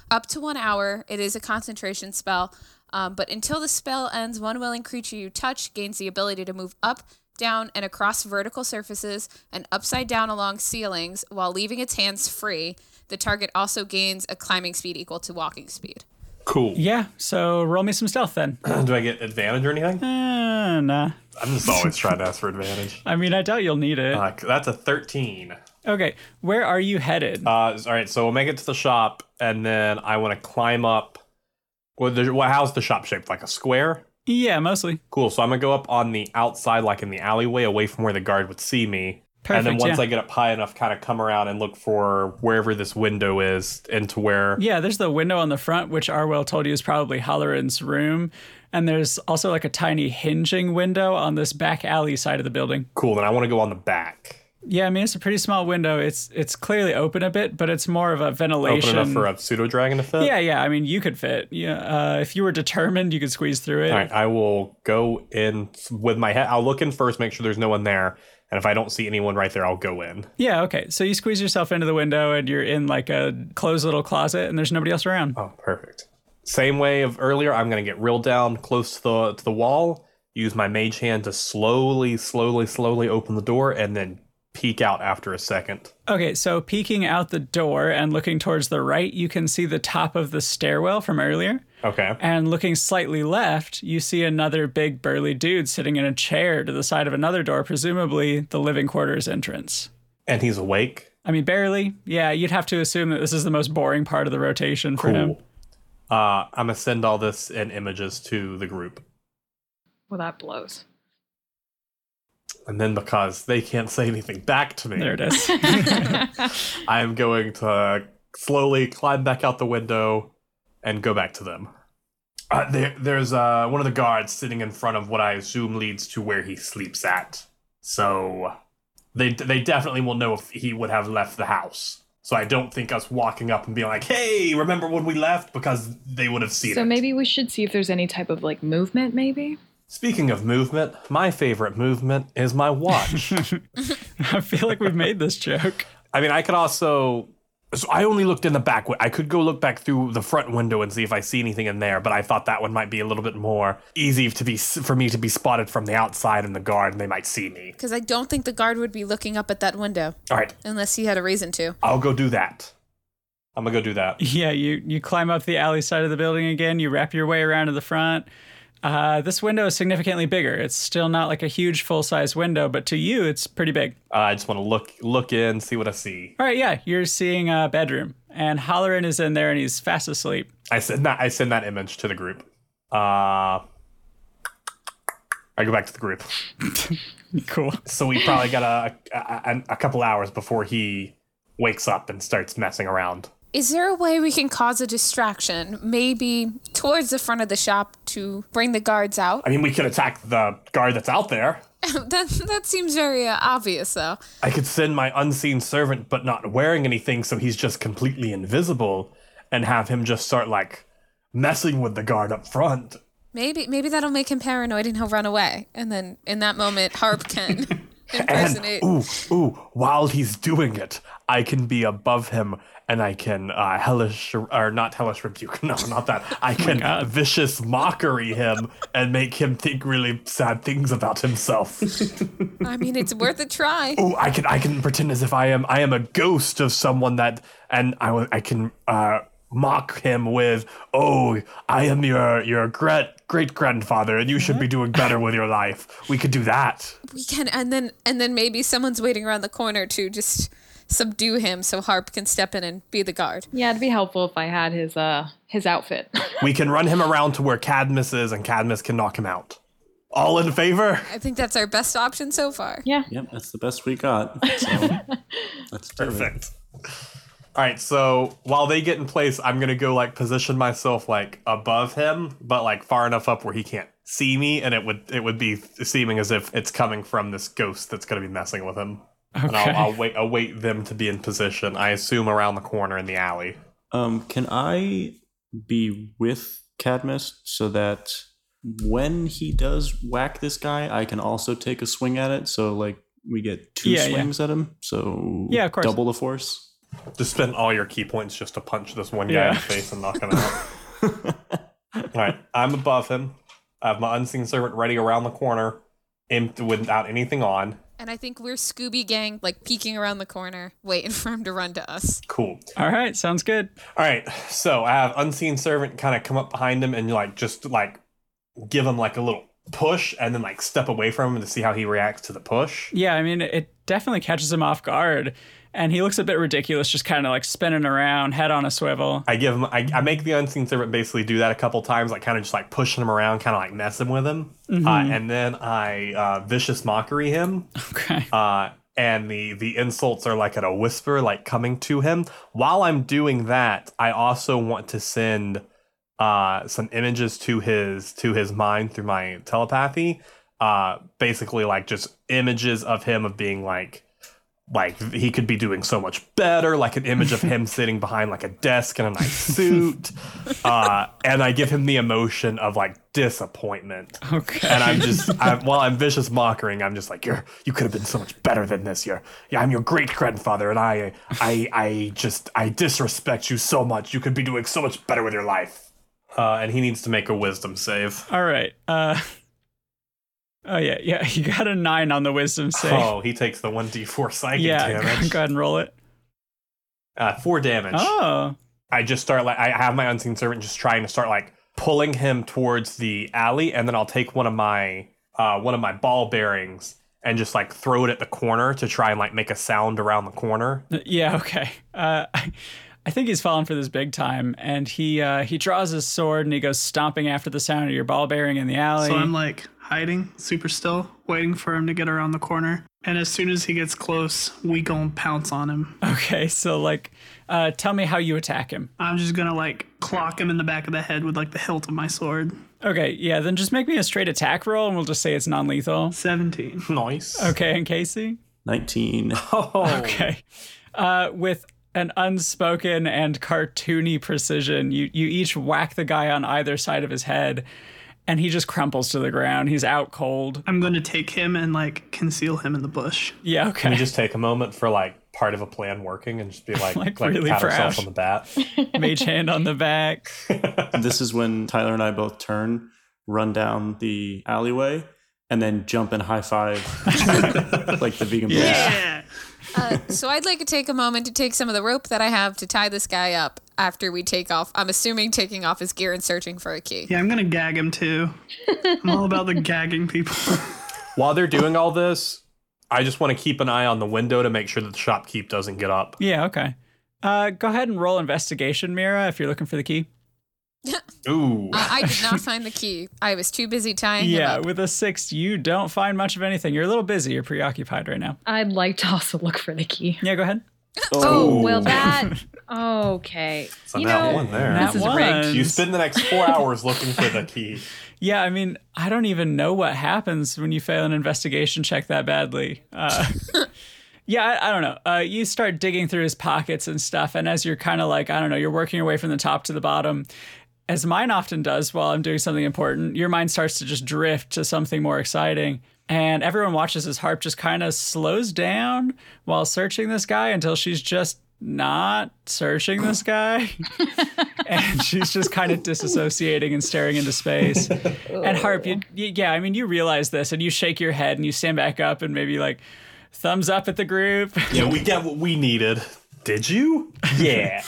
Speaker 11: Up to one hour, it is a concentration spell. Um, but until the spell ends, one willing creature you touch gains the ability to move up, down, and across vertical surfaces and upside down along ceilings while leaving its hands free. The target also gains a climbing speed equal to walking speed.
Speaker 7: Cool.
Speaker 1: yeah, so roll me some stealth then.
Speaker 7: [CLEARS THROAT] Do I get advantage or anything?
Speaker 1: Uh, nah.
Speaker 7: I'm just always trying to ask for [LAUGHS] advantage.
Speaker 1: I mean, I doubt you'll need it.
Speaker 7: Uh, that's a thirteen.
Speaker 1: Okay, where are you headed?
Speaker 7: Uh, all right, so we'll make it to the shop, and then I want to climb up. Well, the, well, how's the shop shaped? Like a square?
Speaker 1: Yeah, mostly.
Speaker 7: Cool. So I'm gonna go up on the outside, like in the alleyway, away from where the guard would see me. and then
Speaker 1: Perfect,
Speaker 7: once
Speaker 1: yeah.
Speaker 7: I get up high enough, kind of come around and look for wherever this window is, into where.
Speaker 1: Yeah, there's the window on the front, which Arwell told you is probably Holleran's room. And there's also like a tiny hinging window on this back alley side of the building.
Speaker 7: Cool. Then I want to go on the back.
Speaker 1: Yeah, I mean it's a pretty small window. It's it's clearly open a bit, but it's more of a
Speaker 7: Open
Speaker 1: ventilation.
Speaker 7: enough for a pseudo dragon to fit.
Speaker 1: yeah, yeah. I mean you could fit. Yeah, uh, if you were determined, you could squeeze through it.
Speaker 7: All right. I will go in with my head. I'll look in first, make sure there's no one there, and if I don't see anyone right there, I'll go in.
Speaker 1: Yeah, okay. So you squeeze yourself into the window and you're in like a closed little closet, and there's nobody else around.
Speaker 7: Oh, perfect. Same way of earlier. I'm gonna get real down close to the to the wall. Use my mage hand to slowly, slowly, slowly open the door, and then peek out after a second.
Speaker 1: Okay, so peeking out the door and looking towards the right, you can see the top of the stairwell from earlier.
Speaker 7: Okay.
Speaker 1: And looking slightly left, you see another big burly dude sitting in a chair to the side of another door, presumably the living quarters entrance.
Speaker 7: And he's awake.
Speaker 1: I mean, barely. Yeah, you'd have to assume that this is the most boring part of the rotation for him.
Speaker 7: Cool. Uh, I'm gonna send all this in images to the group,
Speaker 9: Well, that blows.
Speaker 7: and then because they can't say anything back to me,
Speaker 1: There it
Speaker 7: [LAUGHS]
Speaker 1: is. [LAUGHS]
Speaker 7: I'm going to slowly climb back out the window and go back to them. Uh, there, there's uh, one of the guards sitting in front of what I assume leads to where he sleeps at. So they they definitely will know if he would have left the house. So I don't think us walking up and being like, "Hey, remember when we left?" because they would have seen
Speaker 9: So
Speaker 7: it.
Speaker 9: maybe we should see if there's any type of like movement, maybe?
Speaker 7: Speaking of movement, my favorite movement is my watch.
Speaker 1: I feel like we've made this joke.
Speaker 7: I mean, I could also. So I only looked in the back. wi- I could go look back through the front window and see if I see anything in there, but I thought that one might be a little bit more easy to be s- for me to be spotted from the outside in the guard, and they might see me.
Speaker 11: Because I don't think the guard would be looking up at that window
Speaker 7: All right,
Speaker 11: unless he had a reason to.
Speaker 7: I'll go do that. I'm gonna go do that.
Speaker 1: Yeah, you you climb up the alley side of the building again. You wrap your way around to the front. Uh, this window is significantly bigger. It's still not like a huge full size window, but to you, it's pretty big.
Speaker 7: Uh, I just want to look look in, see what I see.
Speaker 1: All right, yeah, you're seeing a bedroom, and Hollerin is in there, and he's fast asleep.
Speaker 7: I send that I send that image to the group. Uh, I go back to the group.
Speaker 1: Cool.
Speaker 7: So we probably got a, a a couple hours before he wakes up and starts messing around.
Speaker 11: Is there a way we can cause a distraction? Maybe towards the front of the shop to bring the guards out? [LAUGHS]
Speaker 7: I mean, we could attack the guard that's out there.
Speaker 11: that, that seems very uh, obvious, though.
Speaker 7: I could send my unseen servant, but not wearing anything, so he's just completely invisible, and have him just start like messing with the guard up front.
Speaker 11: Maybe maybe that'll make him paranoid and he'll run away. And then in that moment, Harp can impersonate.
Speaker 7: Ooh, ooh! While he's doing it, I can be above him, and I can uh, hellish or not hellish rebuke. [LAUGHS] No, not that. I can vicious mockery him and make him think really sad things about himself.
Speaker 11: I mean, it's worth a try.
Speaker 7: Ooh, I can I can pretend as if I am I am a ghost of someone that, and I will- I can uh, mock him with, oh, I am your your great great grandfather, and you should be doing better with your life. We could do that.
Speaker 11: We can, and then and then maybe someone's waiting around the corner to just subdue him, so Harp can step in and be the guard.
Speaker 9: Yeah, it'd be helpful if I had his uh his outfit.
Speaker 7: We can run him around to where Cadmus is, and Cadmus can knock him out. All in favor?
Speaker 11: I think that's our best option so far.
Speaker 9: yeah.
Speaker 10: Yep, that's the best we got. So let's do it.
Speaker 7: Perfect. All right, so while they get in place, I'm gonna go like position myself like above him, but like far enough up where he can't see me, and it would it would be seeming as if it's coming from this ghost that's gonna be messing with him. And
Speaker 1: Okay.
Speaker 7: I'll, I'll wait await them to be in position. I assume around the corner in the alley.
Speaker 10: Um, can I be with Cadmus so that when he does whack this guy, I can also take a swing at it? So like we get two
Speaker 1: Yeah, yeah.
Speaker 10: swings at him. So
Speaker 1: Yeah, of course.
Speaker 10: double the force.
Speaker 7: Just spend all your key points just to punch this one guy
Speaker 1: Yeah.
Speaker 7: in the face and knock
Speaker 1: [LAUGHS]
Speaker 7: him out. all right, I'm above him. I have my unseen servant ready around the corner, empty without anything on.
Speaker 11: And I think we're Scooby Gang, like peeking around the corner, waiting [LAUGHS] for him to run to us.
Speaker 7: Cool.
Speaker 1: All right, sounds good.
Speaker 7: All right, so I have unseen servant kind of come up behind him and like just like give him like a little push and then like step away from him to see how he reacts to the push.
Speaker 1: Yeah, I mean, it definitely catches him off guard, and he looks a bit ridiculous, just kind of like spinning around, head on a
Speaker 7: [LAUGHS]
Speaker 1: swivel.
Speaker 7: I give him, I, I make the unseen servant basically do that a couple times, like kind of just like pushing him around, kind of like messing with him, uh,
Speaker 1: Mhm.
Speaker 7: and then I uh, vicious mockery him.
Speaker 1: Okay.
Speaker 7: Uh, and the the insults are like at a whisper, like coming to him. While I'm doing that, I also want to send uh, some images to his to his mind through my telepathy. Uh, basically, like just images of him of being like like he could be doing so much better like an image of him sitting behind like a desk in a nice suit uh, and i give him the emotion of like disappointment
Speaker 1: Okay.
Speaker 7: and i'm just [LAUGHS] I'm, while i'm vicious mockering i'm just like you're you could have been so much better than this you're yeah i'm your great grandfather and i i i just i disrespect you so much you could be doing so much better with your life uh, and he needs to make a wisdom save
Speaker 1: All right. Uh, oh yeah, yeah. You got a nine on the wisdom save.
Speaker 7: oh he takes the 1d4 psychic
Speaker 1: yeah.
Speaker 7: [LAUGHS] damage
Speaker 1: Go ahead and roll it.
Speaker 7: uh, four damage
Speaker 1: Oh.
Speaker 7: I just start like I have my unseen servant just trying to start like pulling him towards the alley, and then I'll take one of my uh, one of my ball bearings and just like throw it at the corner to try and like make a sound around the corner.
Speaker 1: Yeah, okay. Uh, I think he's fallen for this big time, and he uh, he draws his sword and he goes stomping after the sound of your ball bearing in the alley.
Speaker 12: So I'm like hiding, super still, waiting for him to get around the corner. And as soon as he gets close, we gon' pounce on him.
Speaker 1: okay, so like, uh, tell me how you attack him.
Speaker 12: I'm just gonna like clock him in the back of the head with like the hilt of my sword.
Speaker 1: Okay, yeah, then just make me a straight attack roll, and we'll just say it's non-lethal.
Speaker 12: 17.
Speaker 7: Nice.
Speaker 1: Okay, and Casey.
Speaker 10: 19.
Speaker 7: Oh,
Speaker 1: Okay, uh, with an unspoken and cartoony precision, you you each whack the guy on either side of his head, and he just crumples to the ground. He's out cold.
Speaker 12: I'm gonna take him and like conceal him in the bush.
Speaker 1: Yeah, okay.
Speaker 7: [LAUGHS] Can we just take a moment for like part of a plan working and just
Speaker 1: [LAUGHS]
Speaker 7: be like
Speaker 1: Like,
Speaker 7: like,
Speaker 1: really
Speaker 7: pat ourselves
Speaker 1: proud.
Speaker 7: on the back?
Speaker 1: Mage hand on the back.
Speaker 10: this is when Tyler and I both turn, run down the alleyway, and then jump and high five [LAUGHS] like the vegan. Yeah.
Speaker 12: Yeah.
Speaker 11: Uh, so I'd like to take a moment to take some of the rope that I have to tie this guy up after we take off. I'm assuming taking off his gear and searching for a key.
Speaker 12: Yeah, I'm gonna gag him too. I'm all about the gagging people. [LAUGHS]
Speaker 7: While they're doing all this, I just want to keep an eye on the window to make sure that the shopkeep doesn't get up. [GASPS]
Speaker 1: Yeah, okay. Uh, go ahead and roll investigation, Mira, if you're looking for the key.
Speaker 7: Ooh.
Speaker 11: Uh, I
Speaker 1: [LAUGHS]
Speaker 11: did not find the key. I was too busy tying
Speaker 1: yeah,
Speaker 11: him up.
Speaker 1: with a six, you don't find much of anything. You're a little busy. You're preoccupied right now.
Speaker 9: [LAUGHS] I'd like to also look for the key.
Speaker 1: Yeah, go ahead.
Speaker 9: Oh, well, that. Okay.
Speaker 7: So
Speaker 9: you
Speaker 7: now
Speaker 9: know,
Speaker 7: one there.
Speaker 1: Nat
Speaker 9: This is rigged.
Speaker 7: You
Speaker 1: ones.
Speaker 7: spend the next
Speaker 9: [LAUGHS]
Speaker 7: four hours looking for the key.
Speaker 1: Yeah, I mean, I don't even know what happens when you fail an investigation check that badly. Uh, [LAUGHS] yeah, I, I don't know. Uh, you start digging through his pockets and stuff, and as you're kind of like, I don't know, you're working your way from the top to the bottom. As mine often does while I'm doing something important, your mind starts to just drift to something more exciting. And everyone watches as Harp just kind of slows down while searching this guy until she's just not searching this guy. [LAUGHS] and she's just kind of disassociating and staring into space. And Harp, you, you, yeah, I mean, you realize this and you shake your head and you stand back up and maybe like thumbs up at the group. [LAUGHS]
Speaker 7: Yeah, we got what we needed. Did you? [LAUGHS] Yeah.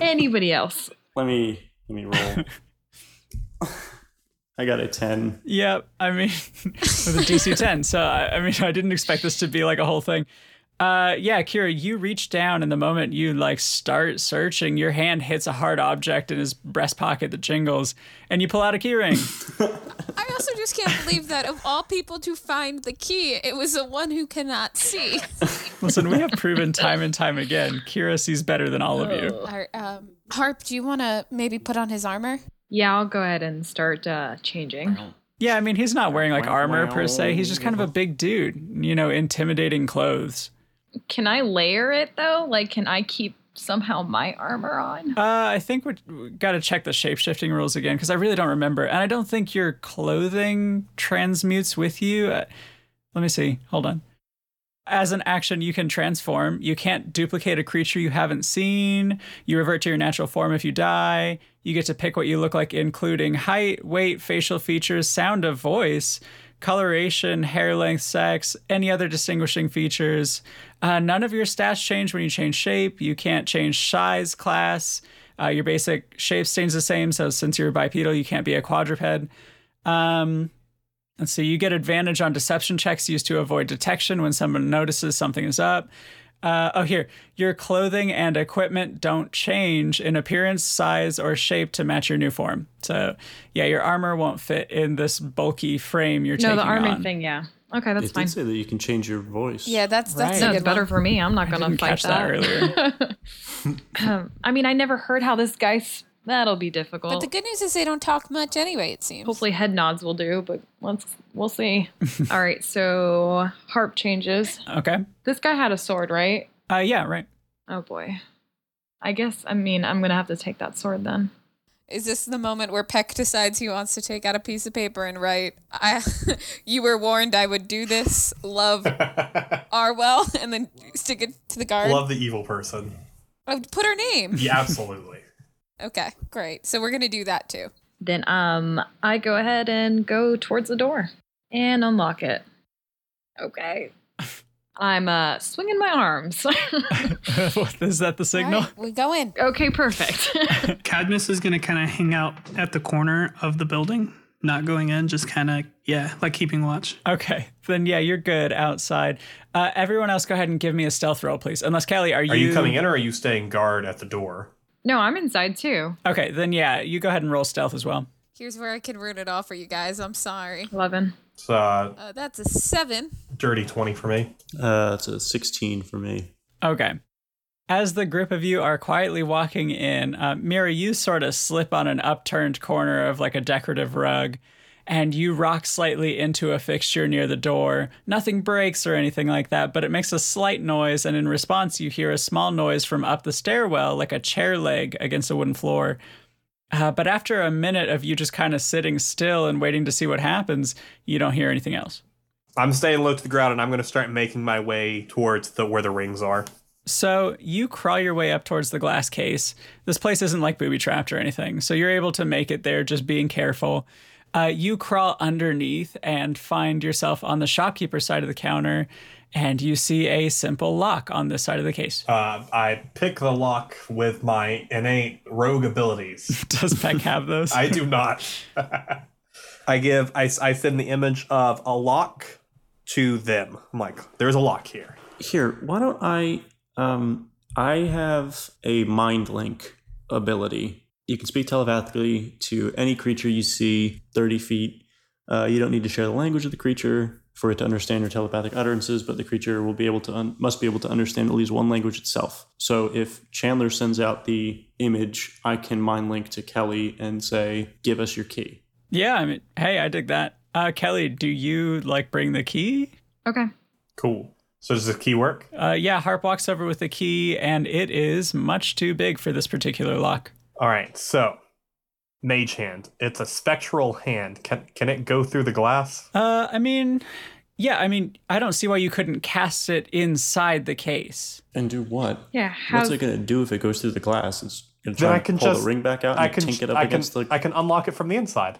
Speaker 9: anybody else?
Speaker 10: Let me let me roll. I got a 10.
Speaker 1: yeah, I mean, [LAUGHS] with a DC 10. So, I, I mean, I didn't expect this to be like a whole thing. Uh, yeah, Kira, you reach down and the moment you like start searching, your hand hits a hard object in his breast pocket that jingles and you pull out a keyring.
Speaker 11: I also just can't believe that of all people to find the key, it was the one who cannot see.
Speaker 1: Listen, we have proven time and time again, Kira sees better than all of you.
Speaker 11: All right, um, Harp, do you want to maybe put on his armor?
Speaker 9: Yeah, I'll go ahead and start uh, changing.
Speaker 1: Yeah, I mean, he's not wearing like armor per se. He's just kind of a big dude, you know, intimidating clothes.
Speaker 9: Can I layer it though? Like, can I keep somehow my armor on?
Speaker 1: Uh, I think we- we got to check the shapeshifting rules again because I really don't remember. And I don't think your clothing transmutes with you. Uh, let me see. Hold on. As an action, you can transform. You can't duplicate a creature you haven't seen. You revert to your natural form if you die. You get to pick what you look like, including height, weight, facial features, sound of voice, coloration, hair length, sex, any other distinguishing features. Uh, none of your stats change when you change shape. You can't change size, class. Uh, your basic shape stays the same. So since you're bipedal, you can't be a quadruped. Um, Let's see, you get advantage on deception checks used to avoid detection when someone notices something is up. Uh, oh, here. Your clothing and equipment don't change in appearance, size, or shape to match your new form. So, yeah, your armor won't fit in this bulky frame you're
Speaker 9: no,
Speaker 1: taking
Speaker 9: the armor
Speaker 1: on.
Speaker 9: thing, yeah. Okay, that's
Speaker 10: it
Speaker 9: fine.
Speaker 10: did say that you can change your voice.
Speaker 11: Yeah, that's that's
Speaker 1: Right.
Speaker 11: a
Speaker 9: That's
Speaker 11: good
Speaker 9: better
Speaker 11: one.
Speaker 9: for me. I'm not
Speaker 1: I
Speaker 9: gonna
Speaker 1: didn't
Speaker 9: fight
Speaker 1: catch that
Speaker 9: [LAUGHS]
Speaker 1: earlier.
Speaker 9: Um, I mean, I never heard how this guy. s- That'll be difficult.
Speaker 11: But the good news is they don't talk much anyway. It seems.
Speaker 9: Hopefully, head nods will do, but let's we'll
Speaker 11: [LAUGHS]
Speaker 9: see. All right, so harp changes.
Speaker 1: okay.
Speaker 9: This guy had a sword, right?
Speaker 1: Uh, yeah, right.
Speaker 9: Oh boy. I guess I mean I'm gonna have to take that sword then.
Speaker 11: Is this the moment where Peck decides he wants to take out a piece of paper and write, I, [LAUGHS] You were warned I would do this,
Speaker 7: [LAUGHS]
Speaker 11: love Arwell, and then stick it to the guard?
Speaker 7: Love the evil person.
Speaker 11: I would put her name.
Speaker 7: Yeah, absolutely.
Speaker 11: Okay, great. So we're going to do that too.
Speaker 9: Then um I go ahead and go towards the door and unlock it.
Speaker 11: [LAUGHS]
Speaker 9: Okay. I'm uh swinging my
Speaker 1: [LAUGHS]
Speaker 9: arms. [LAUGHS]
Speaker 1: What, Is that the signal?
Speaker 11: All right, we go in.
Speaker 9: okay, perfect. [LAUGHS]
Speaker 12: Cadmus is going to kind of hang out at the corner of the building, not going in, just kind of, yeah, like keeping watch.
Speaker 1: Okay. Then, yeah, you're good outside. Uh, everyone else, go ahead and give me a stealth roll, please. Unless, Callie, are you,
Speaker 7: Are you coming in or are you staying guard at the door?
Speaker 9: no, I'm inside too.
Speaker 1: Okay. Then, yeah, you go ahead and roll stealth as well.
Speaker 11: Here's where I can ruin it all for you guys. I'm sorry.
Speaker 9: Eleven.
Speaker 7: It's a
Speaker 11: Uh, that's a seven.
Speaker 7: dirty 20 for me.
Speaker 10: Uh, it's a 16 for me.
Speaker 1: Okay. As the group of you are quietly walking in, uh, Mira, you sort of slip on an upturned corner of like a decorative rug and you rock slightly into a fixture near the door. Nothing breaks or anything like that, but it makes a slight noise. And in response, you hear a small noise from up the stairwell, like a chair leg against a wooden floor. Uh, but after a minute of you just kind of sitting still and waiting to see what happens, you don't hear anything else.
Speaker 7: I'm staying low to the ground and I'm going to start making my way towards the where the rings are.
Speaker 1: So you crawl your way up towards the glass case. This place isn't like booby trapped or anything, so you're able to make it there just being careful. Uh, you crawl underneath and find yourself on the shopkeeper's side of the counter, and you see a simple lock on this side of the case.
Speaker 7: Uh, I pick the lock with my innate rogue [LAUGHS] abilities.
Speaker 1: Does Peck have those?
Speaker 7: I do not. I give. I, I send the image of a lock to them. I'm like, there's a lock here.
Speaker 10: Here, why don't I? Um, I have a mind link ability. You can speak telepathically to any creature you see 30 feet. Uh, you don't need to share the language of the creature for it to understand your telepathic utterances, but the creature will be able to un- must be able to understand at least one language itself. So if Chandler sends out the image, I can mind link to Kelly and say, "Give us your key."
Speaker 1: yeah, I mean, hey, I dig that. Uh, Kelly, do you like bring the key?
Speaker 9: Okay.
Speaker 7: Cool. So does the key work?
Speaker 1: Uh, yeah, Harp walks over with the key, and it is much too big for this particular lock.
Speaker 7: All right. So, mage hand. It's a spectral hand. Can can it go through the glass?
Speaker 1: Uh, I mean, yeah, I mean, I don't see why you couldn't cast it inside the case.
Speaker 10: And do what?
Speaker 9: Yeah. How
Speaker 10: What's it gonna do if it goes through the glass? It's gonna
Speaker 7: Then
Speaker 10: try
Speaker 7: I
Speaker 10: and
Speaker 7: can
Speaker 10: pull
Speaker 7: just-
Speaker 10: the ring back out and
Speaker 7: I can.
Speaker 10: tink it up
Speaker 7: I can.
Speaker 10: against the.
Speaker 7: I can unlock it from the inside.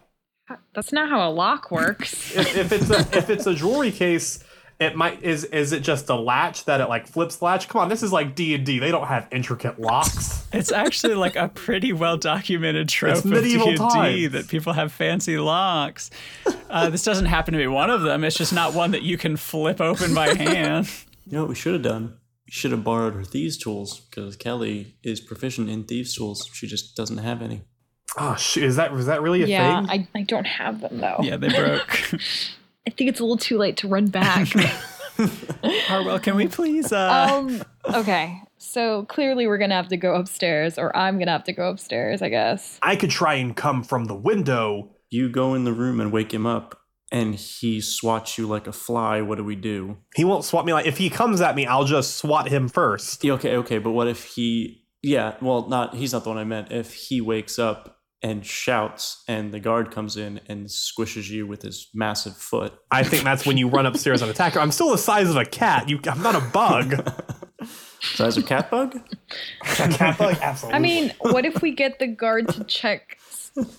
Speaker 9: that's not how a
Speaker 7: [LAUGHS]
Speaker 9: lock works.
Speaker 7: If, if it's a, if it's a jewelry case. It might is is it just a latch that it like flips the latch? Come on, this is like D and D. They don't have intricate locks.
Speaker 1: It's actually like a pretty well documented trope of
Speaker 7: medieval
Speaker 1: D&D
Speaker 7: times.
Speaker 1: that people have fancy locks. Uh, this doesn't happen to be one of them. It's just not one that you can flip open
Speaker 7: [LAUGHS]
Speaker 1: by hand.
Speaker 10: You know what we should have done? We should have borrowed her thieves' tools because Kelly is proficient in thieves' tools. She just doesn't have any.
Speaker 7: Oh, shoot, is that was that really a
Speaker 9: yeah,
Speaker 7: thing?
Speaker 9: I, I don't have them though.
Speaker 1: Yeah, they
Speaker 7: [LAUGHS]
Speaker 1: broke.
Speaker 9: I think it's a little too late to run [LAUGHS] back. Uh,
Speaker 1: Harwell, can we please? Uh,
Speaker 9: um okay. So clearly we're gonna have to go upstairs, or I'm gonna have to go upstairs, I guess.
Speaker 7: I could try and come from the window.
Speaker 10: You go in the room and wake him up, and he swats you like a fly. What do we do?
Speaker 7: He won't swat me like if he comes at me, I'll just swat him first.
Speaker 10: Yeah, Okay, okay, but what if he? Yeah, well, not he's not the one I meant. If he wakes up and shouts, and the guard comes in and squishes you with his massive foot.
Speaker 7: I think that's when you run upstairs and attack her. I'm still the size of a cat. You, I'm not [LAUGHS] a bug.
Speaker 9: [LAUGHS]
Speaker 10: Size of cat bug?
Speaker 7: cat bug, absolutely.
Speaker 9: I mean, what if we get the guard to check,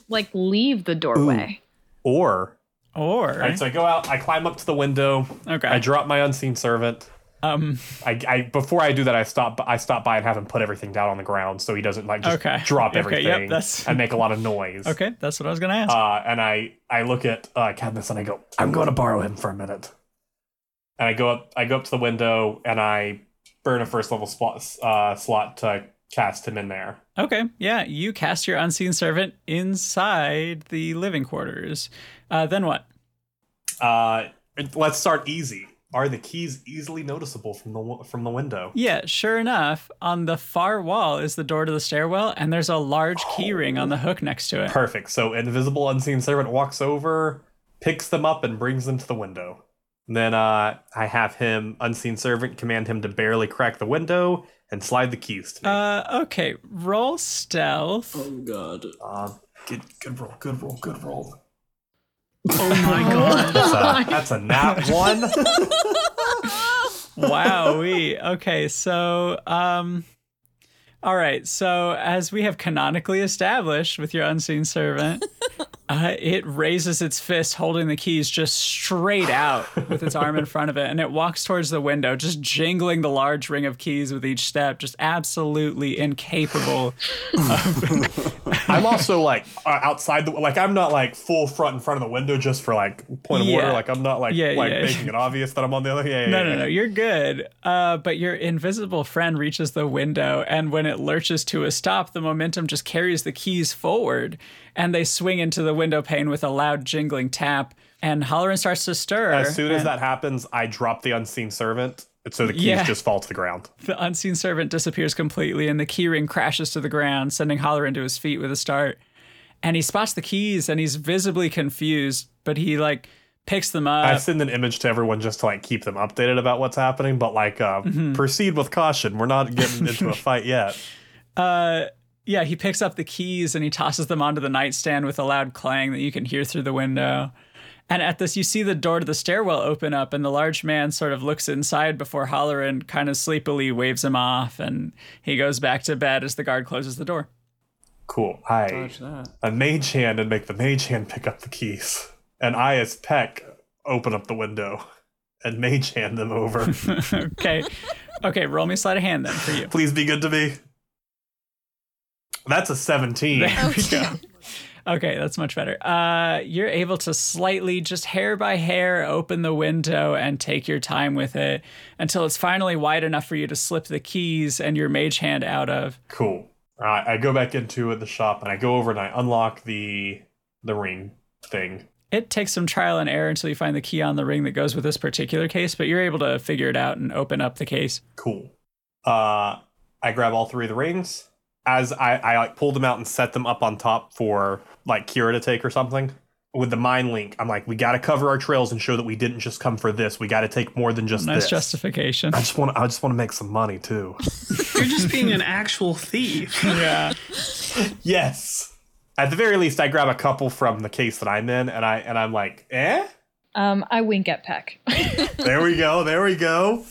Speaker 9: like leave the doorway?
Speaker 7: or
Speaker 1: or,
Speaker 7: all right. So I go out. I climb up to the window.
Speaker 1: okay.
Speaker 7: I drop my unseen servant.
Speaker 1: Um,
Speaker 7: I, I before I do that, I stop. I stop by and have him put everything down on the ground so he doesn't like just
Speaker 1: Okay.
Speaker 7: drop
Speaker 1: Okay, yep,
Speaker 7: everything
Speaker 1: that's-
Speaker 7: and [LAUGHS] make a lot of noise.
Speaker 1: okay, that's what I was gonna ask.
Speaker 7: Uh, and I I look at uh, Cadmus and I go, I'm going to borrow him for a minute. And I go up. I go up to the window and I burn a first level slot uh, slot to cast him in there.
Speaker 1: Okay, yeah, you cast your unseen servant inside the living quarters. Uh, then what?
Speaker 7: Uh, it- let's start easy. Are the keys easily noticeable from the w- from the window?
Speaker 1: Yeah, sure enough, on the far wall is the door to the stairwell, and there's a large key ring on the hook next to it.
Speaker 7: Perfect. So invisible unseen servant walks over, picks them up, and brings them to the window. And then uh, I have him unseen servant command him to barely crack the window and slide the keys to me.
Speaker 1: Uh, okay, roll stealth.
Speaker 10: Oh god.
Speaker 7: Um, good, good roll, good roll, good roll.
Speaker 12: Oh my god.
Speaker 7: That's a, that's
Speaker 1: [LAUGHS]
Speaker 7: a nat one.
Speaker 1: Wowee. Okay, so um all right, so as we have canonically established with your unseen servant, uh, it raises its fist holding the keys just straight out with its arm in front of it, and it walks towards the window, just jingling the large ring of keys with each step, just absolutely incapable.
Speaker 7: I'm also like uh, outside the like I'm not like full front in front of the window just for like point of
Speaker 1: Yeah.
Speaker 7: order. Like I'm not like
Speaker 1: Yeah,
Speaker 7: like
Speaker 1: yeah.
Speaker 7: making it obvious that I'm on the other. Yeah, yeah,
Speaker 1: No,
Speaker 7: yeah.
Speaker 1: no, no, you're good. Uh, but your invisible friend reaches the window, and when it lurches to a stop, the momentum just carries the keys forward, and they swing into the window pane with a loud jingling tap. And Holleran starts to stir.
Speaker 7: As soon as
Speaker 1: and
Speaker 7: that happens, I drop the unseen servant, so the keys
Speaker 1: Yeah.
Speaker 7: just fall to the ground.
Speaker 1: the unseen servant disappears completely, and the keyring crashes to the ground, sending Holleran to his feet with a start. And he spots the keys, and he's visibly confused, but he like picks them up.
Speaker 7: I send an image to everyone just to like keep them updated about what's happening, but like uh,
Speaker 1: Mm-hmm.
Speaker 7: proceed with caution. We're
Speaker 1: [LAUGHS]
Speaker 7: not getting into a fight yet.
Speaker 1: Uh, yeah, he picks up the keys and he tosses them onto the nightstand with a loud clang that you can hear through the window. And at this, you see the door to the stairwell open up, and the large man sort of looks inside before Holleran kind of sleepily waves him off, and he goes back to bed as the guard closes the door. [LAUGHS]
Speaker 7: Cool. I
Speaker 10: Watch that.
Speaker 7: a mage hand and make the mage hand pick up the keys, and I as Peck open up the window and mage hand
Speaker 1: [LAUGHS]
Speaker 7: them over.
Speaker 1: Okay. okay, roll me a sleight of hand then for you.
Speaker 7: Please be good to me. That's a seventeen.
Speaker 1: There we go. Okay, that's much better. Uh, you're able to slightly, just hair by hair, open the window and take your time with it until it's finally wide enough for you to slip the keys and your mage hand out of.
Speaker 7: [LAUGHS] Cool. All right, I go back into the shop and I go over and I unlock the the ring thing.
Speaker 1: It takes some trial and error until you find the key on the ring that goes with this particular case, but you're able to figure it out and open up the case.
Speaker 7: Cool. Uh, I grab all three of the rings as I I like pull them out and set them up on top for like Kira to take or something. With the mind link, I'm like, we got to cover our trails and show that we didn't just come for this. We got to take more than just
Speaker 1: Nice
Speaker 7: this.
Speaker 1: justification.
Speaker 7: I just want I just want to make some money too.
Speaker 12: You're just being an actual thief.
Speaker 1: yeah.
Speaker 7: yes. At the very least, I grab a couple from the case that I'm in, and I and I'm like, eh.
Speaker 9: Um, I wink at Peck. [LAUGHS]
Speaker 7: there we go. There we go.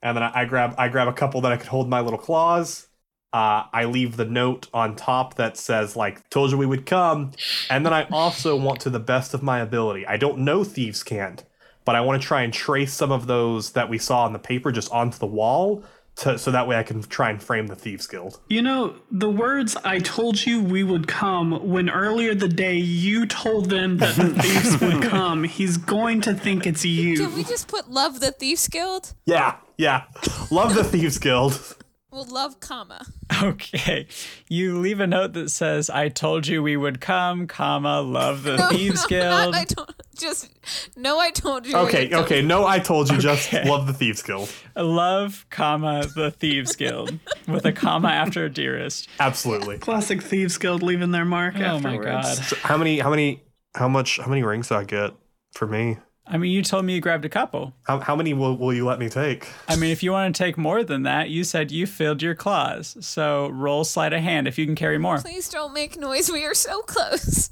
Speaker 7: And then I, I grab I grab a couple that I could hold in my little claws. Uh, I leave the note on top that says like "Told you we would come," and then I also want to the best of my ability. I don't know thieves can't, but I want to try and trace some of those that we saw on the paper just onto the wall, to, so that way I can try and frame the thieves guild.
Speaker 12: You know, the words I told you we would come when earlier the day you told them that
Speaker 1: [LAUGHS]
Speaker 12: the thieves would come, he's going to think it's
Speaker 11: Can we
Speaker 12: you.
Speaker 11: just put love the Thieves Guild?
Speaker 7: Yeah, yeah, love the thieves guild.
Speaker 11: Well, love, comma.
Speaker 1: Okay. You leave a note that says, I told you we would come, comma, love
Speaker 11: [LAUGHS]
Speaker 1: the Thieves
Speaker 11: no, not
Speaker 1: Guild.
Speaker 11: I don't. Just no. I told you.
Speaker 7: Okay,
Speaker 11: you
Speaker 7: okay. No, I told you. Just love the thieves guild.
Speaker 1: love comma the thieves guild with a comma after dearest
Speaker 7: Absolutely.
Speaker 12: Classic Thieves Guild leaving their mark
Speaker 1: oh my
Speaker 12: afterwards.
Speaker 1: god
Speaker 7: So how many? How many? How much? How many rings do I get for me?
Speaker 1: i mean you told me you grabbed a couple
Speaker 7: How, how many will, will you let me take?
Speaker 1: i mean if you want to take more than that you said you filled your claws so roll sleight of hand if you can carry more
Speaker 11: Please don't make noise. We are so close.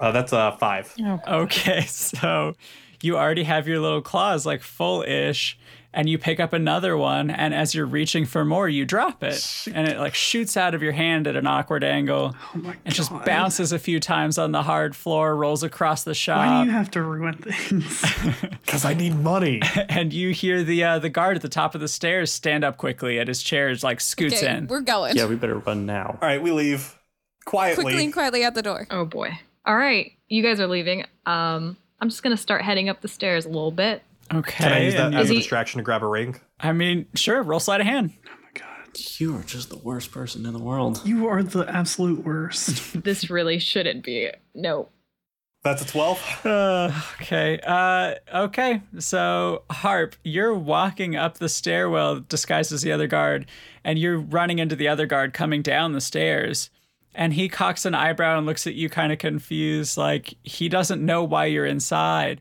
Speaker 7: Uh, that's uh five.
Speaker 1: [LAUGHS] okay so you already have your little claws like full ish and you pick up another one and as you're reaching for more you drop it and it like shoots out of your hand at an awkward angle
Speaker 12: Oh my
Speaker 1: and just
Speaker 12: God.
Speaker 1: bounces a few times on the hard floor rolls across the shop
Speaker 12: Why do you have to ruin things?
Speaker 1: [LAUGHS]
Speaker 7: Because I need [LAUGHS] money.
Speaker 1: and you hear the uh, the guard at the top of the stairs stand up quickly at his chair like scoots
Speaker 11: Okay,
Speaker 1: in
Speaker 11: we're going
Speaker 10: Yeah, we better run now.
Speaker 3: All right, we leave
Speaker 11: quickly and
Speaker 3: quietly.
Speaker 11: quietly out the door.
Speaker 9: Oh boy. All right, you guys are leaving. Um, I'm just gonna start heading up the stairs a little bit.
Speaker 1: okay
Speaker 7: Can I use that
Speaker 1: and
Speaker 7: as
Speaker 1: you-
Speaker 7: a
Speaker 9: he-
Speaker 7: distraction to grab a ring?
Speaker 1: i mean sure roll sleight of hand
Speaker 10: You are just the worst person in the world.
Speaker 12: You are the absolute worst.
Speaker 9: This really shouldn't be. No.
Speaker 3: That's a
Speaker 7: [LAUGHS]
Speaker 3: 12.
Speaker 1: Uh, okay. Uh, okay. So Harp, you're walking up the stairwell disguised as the other guard, and you're running into the other guard coming down the stairs. And he cocks an eyebrow and looks at you kind of confused, like he doesn't know why you're inside.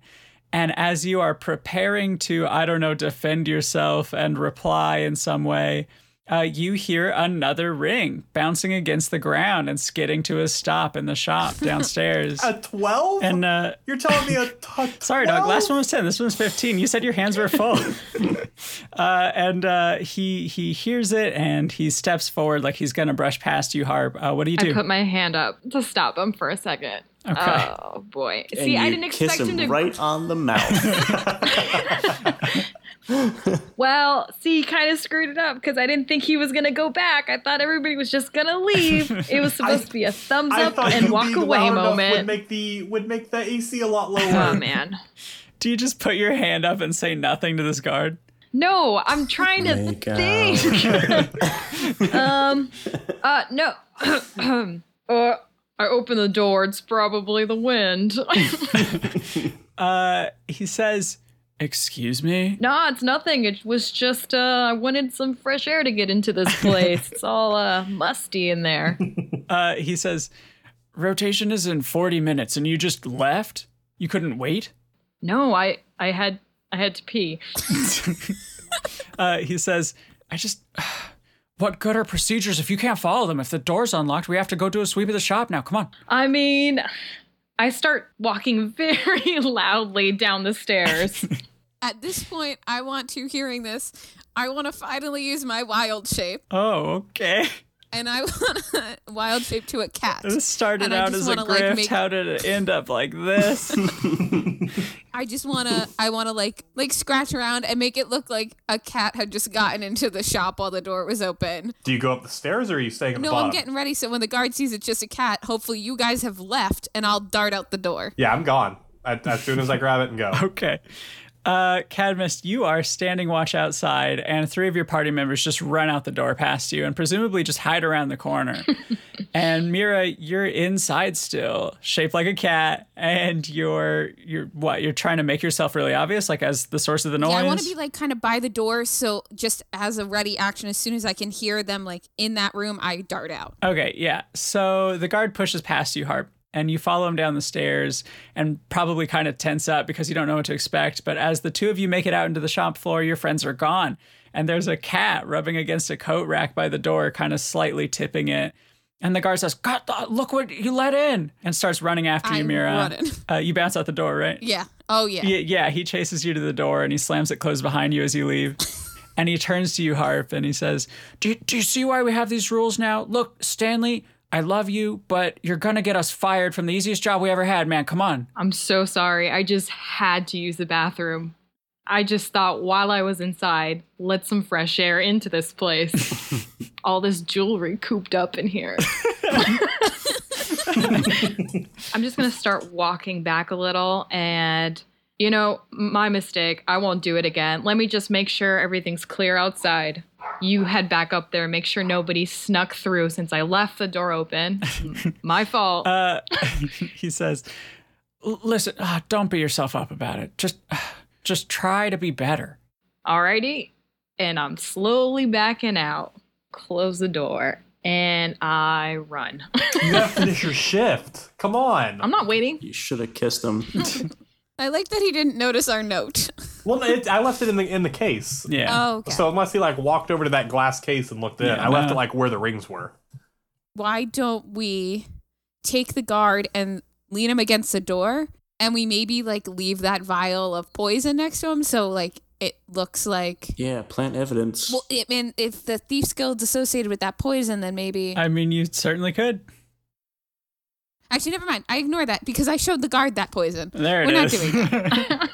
Speaker 1: And as you are preparing to, I don't know, defend yourself and reply in some way, uh, you hear another ring bouncing against the ground and skidding to a stop in the
Speaker 7: [LAUGHS]
Speaker 1: shop downstairs.
Speaker 7: A 12?
Speaker 1: and uh,
Speaker 7: You're telling
Speaker 1: [LAUGHS]
Speaker 7: me a t-
Speaker 1: Sorry, dog. Last one was ten. This one's fifteen. You said your hands were
Speaker 7: [LAUGHS]
Speaker 1: full. [LAUGHS] uh, and uh, he he hears it and he steps forward like he's gonna brush past you, Harp. Uh, what do you
Speaker 9: I
Speaker 1: do?
Speaker 9: put my hand up to stop him for a second.
Speaker 1: Okay.
Speaker 9: Oh boy.
Speaker 10: And
Speaker 9: See, I
Speaker 10: you
Speaker 9: didn't
Speaker 10: kiss
Speaker 9: expect him, to. [LAUGHS]
Speaker 10: him right on the mouth.
Speaker 9: Well, see, he kind of screwed it up because I didn't think he was gonna go back. I thought everybody was just gonna leave. it was supposed to be a thumbs
Speaker 7: I
Speaker 9: up
Speaker 7: thought
Speaker 9: and
Speaker 7: you
Speaker 9: walk
Speaker 7: being
Speaker 9: away
Speaker 7: loud enough Would
Speaker 9: moment.
Speaker 7: make the would make the AC a lot
Speaker 9: Oh
Speaker 7: lower.
Speaker 9: man.
Speaker 1: do you just put your hand up and say nothing to this guard?
Speaker 9: No, I'm trying to
Speaker 10: Make out.
Speaker 9: think. um, uh, no. [CLEARS THROAT] uh, I open the door. It's probably the wind. [LAUGHS]
Speaker 1: Uh, he says, "Excuse me."
Speaker 9: no, it's nothing. It was just uh, I wanted some fresh air to get into this place. it's all uh, musty in there.
Speaker 1: Uh, he says, "Rotation is in forty minutes, and you just left. You couldn't wait."
Speaker 9: No, I I had I had to pee.
Speaker 1: Uh, he says, "I just." [SIGHS] What good are procedures if you can't follow them? If the door's unlocked, we have to go do a sweep of the shop now. Come on.
Speaker 9: I mean, I start walking [LAUGHS] very loudly down the stairs.
Speaker 11: At this point, I want to hearing this. I want to finally use my wild shape,
Speaker 1: Oh, okay. [LAUGHS]
Speaker 11: and I [LAUGHS] want to wild shape to a cat.
Speaker 1: This started
Speaker 11: And I
Speaker 1: out
Speaker 11: just
Speaker 1: as a
Speaker 11: wanna, like,
Speaker 1: grift.
Speaker 11: make-
Speaker 1: How did it end up like this?
Speaker 11: I just wanna, I wanna like, like scratch around and make it look like a cat had just gotten into the shop while the door was open.
Speaker 7: Do you go up the stairs or are you staying at
Speaker 11: No,
Speaker 7: the bottom?
Speaker 11: I'm getting ready. So when the guard sees it's just a cat, hopefully you guys have left, and I'll dart out the door.
Speaker 7: yeah, I'm gone. At- As soon as I grab it and [LAUGHS] go.
Speaker 1: [LAUGHS] okay. Uh, Cadmus, you are standing watch outside, and three of your party members just run out the door past you and presumably just hide around the
Speaker 11: [LAUGHS]
Speaker 1: corner. and Mira, you're inside still, shaped like a cat, and you're you're what? You're trying to make yourself really obvious, like as the source of the noise.
Speaker 11: Yeah, I want to be like kind of by the door, so just as a ready action, as soon as I can hear them like in that room, I dart out.
Speaker 1: Okay, yeah. So the guard pushes past you, Harp, and you follow him down the stairs and probably kind of tense up because you don't know what to expect. But as the two of you make it out into the shop floor, your friends are gone. And there's a cat rubbing against a coat rack by the door, kind of slightly tipping it. And the guard says, God, th- look what you let in, and starts running after you,
Speaker 11: I'm
Speaker 1: Mira.
Speaker 11: running.
Speaker 1: Uh, you bounce out the door, right?
Speaker 11: Yeah. Oh yeah.
Speaker 1: Yeah, yeah, he chases you to the door and he slams it closed behind you as you [LAUGHS] leave. and he turns to you, Harp, and he says, do you, do you see why we have these rules now? Look, Stanley, I love you, but you're going to get us fired from the easiest job we ever had, man. Come on. [LAUGHS]
Speaker 9: I'm so sorry. I just had to use the bathroom. I just thought while I was inside, let some fresh air into this place. All this jewelry cooped up in here. I'm just going to start walking back a little and you know, my mistake. I won't do it again. Let me just make sure everything's clear outside. You head back up there, make sure nobody snuck through since I left the door open. my fault.
Speaker 1: Uh, he says, "L- listen, ah, don't beat yourself up about it. Just, [SIGHS] ah, just try to be better.
Speaker 9: Alrighty. And I'm slowly backing out. Close the door. And I run. [LAUGHS]
Speaker 7: You gotta finish your shift. Come on.
Speaker 9: I'm not waiting.
Speaker 10: you should have
Speaker 9: [LAUGHS]
Speaker 10: kissed him.
Speaker 11: I like that he didn't notice our note.
Speaker 7: well, it, I left it in the in the case.
Speaker 1: Yeah.
Speaker 11: [LAUGHS] Oh, okay.
Speaker 7: So unless he like walked over to that glass case and looked in,
Speaker 1: Yeah,
Speaker 7: I left
Speaker 1: no.
Speaker 7: it like where the rings were.
Speaker 11: why don't we take the guard and lean him against the door and we maybe like leave that vial of poison next to him so like it looks like.
Speaker 10: Yeah, plant evidence.
Speaker 11: Well, I mean, if the thieves guild's associated with that poison, then maybe.
Speaker 1: I mean, you certainly could.
Speaker 11: Actually, never mind. I ignore that because I showed the guard that poison.
Speaker 1: There it
Speaker 11: We're
Speaker 1: is. [LAUGHS]
Speaker 11: not doing that.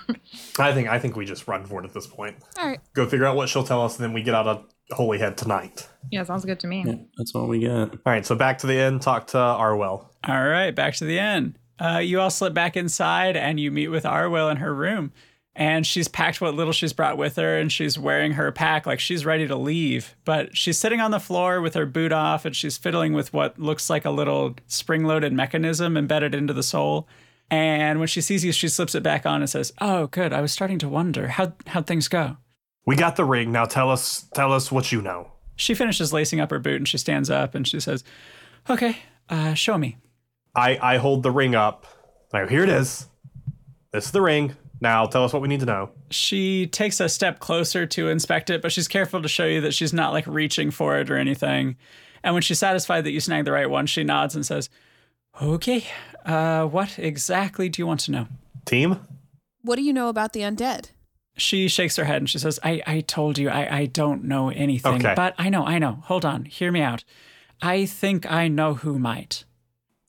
Speaker 7: I think I think we just run for it at this point.
Speaker 11: All right.
Speaker 7: Go figure out what she'll tell us, and then we get out of Holyhead tonight.
Speaker 9: Yeah, sounds good to me.
Speaker 10: Yeah, that's all we got.
Speaker 7: All right, so back to the inn. Talk to Arwell.
Speaker 1: All right, back to the inn. Uh, you all slip back inside and you meet with Arwell in her room. And she's packed what little she's brought with her and she's wearing her pack like she's ready to leave. But she's sitting on the floor with her boot off and she's fiddling with what looks like a little spring loaded mechanism embedded into the sole. And when she sees you, she slips it back on and says, Oh, good. I was starting to wonder how, how'd things go?
Speaker 7: We got the ring. Now tell us tell us what you know.
Speaker 1: She finishes lacing up her boot and she stands up and she says, Okay, uh, show me.
Speaker 7: I I hold the ring up. Now here it is. This is the ring. Now tell us what we need to know.
Speaker 1: she takes a step closer to inspect it, but she's careful to show you that she's not like reaching for it or anything. And when she's satisfied that you snagged the right one, she nods and says, Okay, uh, what exactly do you want to know?
Speaker 7: Team.
Speaker 11: What do you know about the undead?
Speaker 1: She shakes her head and she says, I, I told you I, I don't know anything.
Speaker 7: Okay.
Speaker 1: But I know, I know. Hold on, hear me out. I think I know who might.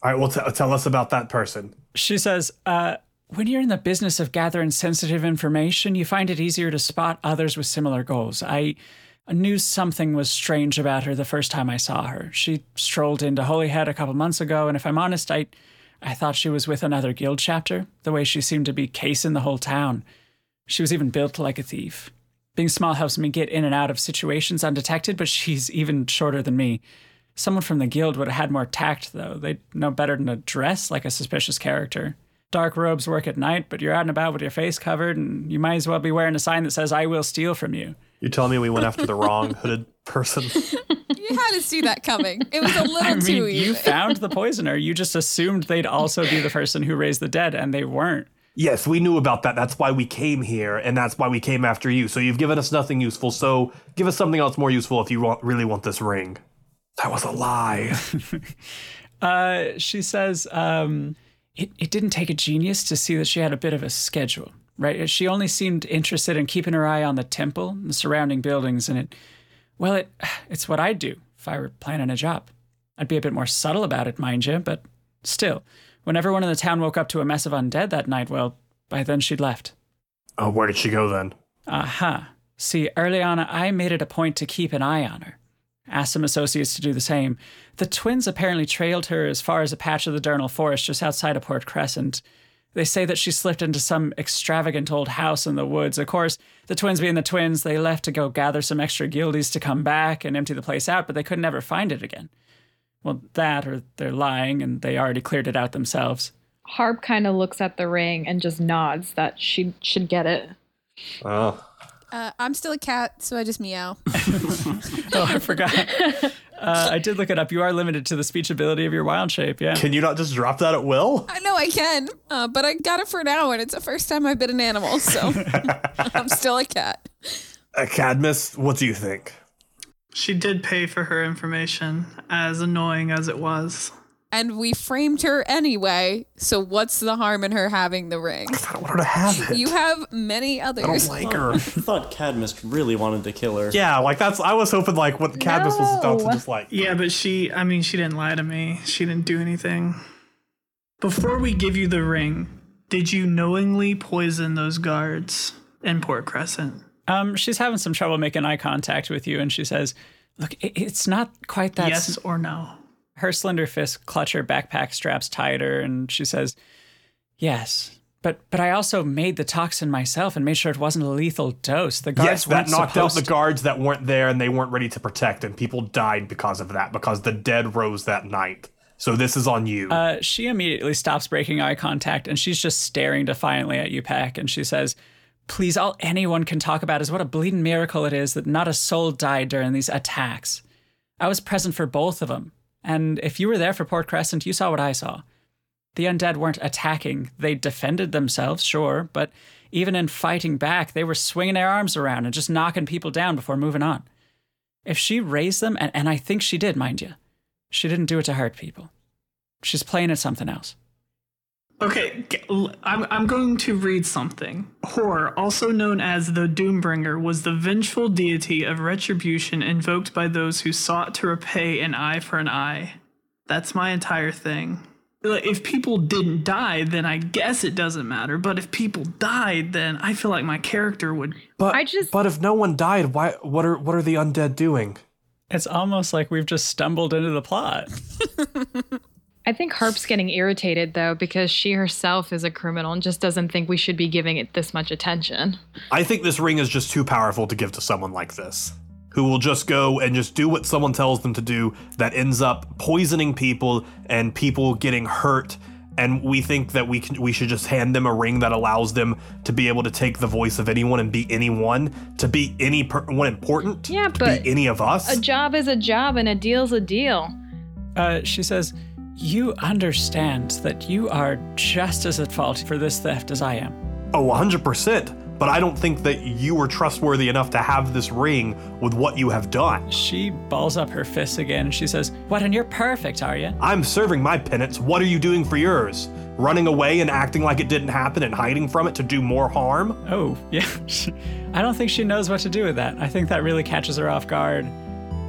Speaker 7: All right. Well, t- tell us about that person.
Speaker 1: She says, uh, when you're in the business of gathering sensitive information, you find it easier to spot others with similar goals. I knew something was strange about her the first time I saw her. She strolled into Holyhead a couple months ago, and if I'm honest, I, I thought she was with another guild chapter, the way she seemed to be casing the whole town. She was even built like a thief. Being small helps me get in and out of situations undetected, but she's even shorter than me. Someone from the guild would have had more tact, though. They'd know better than to dress like a suspicious character. Dark robes work at night, but you're out and about with your face covered, and you might as well be wearing a sign that says, I will steal from you.
Speaker 7: You telling me we went after the
Speaker 11: [LAUGHS]
Speaker 7: wrong hooded person?
Speaker 11: You had to see that coming. It was
Speaker 1: [LAUGHS]
Speaker 11: a little
Speaker 1: I
Speaker 11: too
Speaker 1: mean,
Speaker 11: easy.
Speaker 1: you found the poisoner. You just assumed they'd also be the person who raised the dead, and they weren't.
Speaker 7: Yes, we knew about that. That's why we came here, and that's why we came after you. So you've given us nothing useful. So give us something else more useful if you want, really want this ring. That was
Speaker 1: [LAUGHS]
Speaker 7: a lie.
Speaker 1: Uh, she says um, it, it didn't take a genius to see that she had a bit of a schedule, right? She only seemed interested in keeping her eye on the temple and the surrounding buildings, and it, well, it, it's what I'd do if I were planning a job. I'd be a bit more subtle about it, mind you, but still, when everyone in the town woke up to a mess of undead that night, well, by then she'd left.
Speaker 7: oh, where did she go then?
Speaker 1: Aha. Uh-huh. See, early on, I made it a point to keep an eye on her. Asked some associates to do the same. The twins apparently trailed her as far as a patch of the Durnal Forest just outside of Port Crescent. They say that she slipped into some extravagant old house in the woods. Of course, the twins being the twins, they left to go gather some extra guildies to come back and empty the place out, but they could never find it again. Well, that or they're lying and they already cleared it out themselves.
Speaker 9: Harp kind of looks at the ring and just nods that she should get it.
Speaker 7: Oh,
Speaker 11: Uh, I'm still a cat, so I just meow.
Speaker 1: Oh, I forgot. Uh, I did look it up. You are limited to the speech ability of your wild shape, yeah.
Speaker 7: can you not just drop that at will?
Speaker 11: I know I can, uh, but I got it for now, and it's the first time I've been an
Speaker 7: [LAUGHS]
Speaker 11: animal, so I'm still a cat.
Speaker 7: Uh, Cadmus, what do you think?
Speaker 12: She did pay for her information, as annoying as it was.
Speaker 11: And we framed her anyway, so what's the harm in her having the ring?
Speaker 7: I don't want her to have it.
Speaker 11: You have many
Speaker 7: I don't
Speaker 11: others.
Speaker 7: like her.
Speaker 10: I thought Cadmus really wanted to kill her.
Speaker 7: yeah, like that's. I was hoping like what Cadmus was about to
Speaker 9: No.
Speaker 7: just like.
Speaker 12: Yeah, but she, I mean, she didn't lie to me. She didn't do anything. Before we give you the ring, did you knowingly poison those guards in Port Crescent?
Speaker 1: Um, she's having some trouble making eye contact with you, and she says, "Look, it, it's not quite that."
Speaker 12: yes or no?
Speaker 1: Her slender fists clutch her backpack straps tighter, and she says, "Yes." But but I also made the toxin myself and made sure it wasn't a lethal dose. The guards
Speaker 7: Yes, that
Speaker 1: weren't
Speaker 7: knocked out
Speaker 1: supposed
Speaker 7: the guards that weren't there and they weren't ready to protect, and people died because of that, because the dead rose that night. So this is on you.
Speaker 1: Uh, she immediately stops breaking eye contact and she's just staring defiantly at you, Peck. And she says, Please, all anyone can talk about is what a bleeding miracle it is that not a soul died during these attacks. I was present for both of them. And if you were there for Port Crescent, you saw what I saw. The undead weren't attacking. They defended themselves, sure, but even in fighting back, they were swinging their arms around and just knocking people down before moving on. If she raised them, and, and I think she did, mind you, she didn't do it to hurt people. She's playing at something else.
Speaker 5: Okay, g- l- I'm, I'm going to read something. Hor, also known as the Doombringer, was the vengeful deity of retribution invoked by those who sought to repay an eye for an eye. That's my entire thing. Like, If people didn't die, then I guess it doesn't matter. But if people died, then I feel like my character would.
Speaker 7: But
Speaker 9: I just-
Speaker 7: but if no one died, why? What are what are the undead doing?
Speaker 1: It's almost like we've just stumbled into the plot.
Speaker 9: I think Harp's getting irritated though because she herself is a criminal and just doesn't think we should be giving it this much attention.
Speaker 7: I think this ring is just too powerful to give to someone like this, who will just go and just do what someone tells them to do that ends up poisoning people and people getting hurt. And we think that we can, we should just hand them a ring that allows them to be able to take the voice of anyone and be anyone, to be any per- one important,
Speaker 9: Yeah,
Speaker 7: to
Speaker 9: but
Speaker 7: be any of us.
Speaker 9: A job is a job and a deal's a deal.
Speaker 1: Uh, she says, You understand that you are just as at fault for this theft as I am.
Speaker 7: Oh, 100%. But I don't think that you were trustworthy enough to have this ring with what you have done.
Speaker 1: She balls up her fists again and she says, What, and you're perfect, are you?
Speaker 7: I'm serving my penance. What are you doing for yours? Running away and acting like it didn't happen and hiding from it to do more harm?
Speaker 1: Oh, [LAUGHS] yeah. She- I don't think she knows what to do with that. I think that really catches her off guard.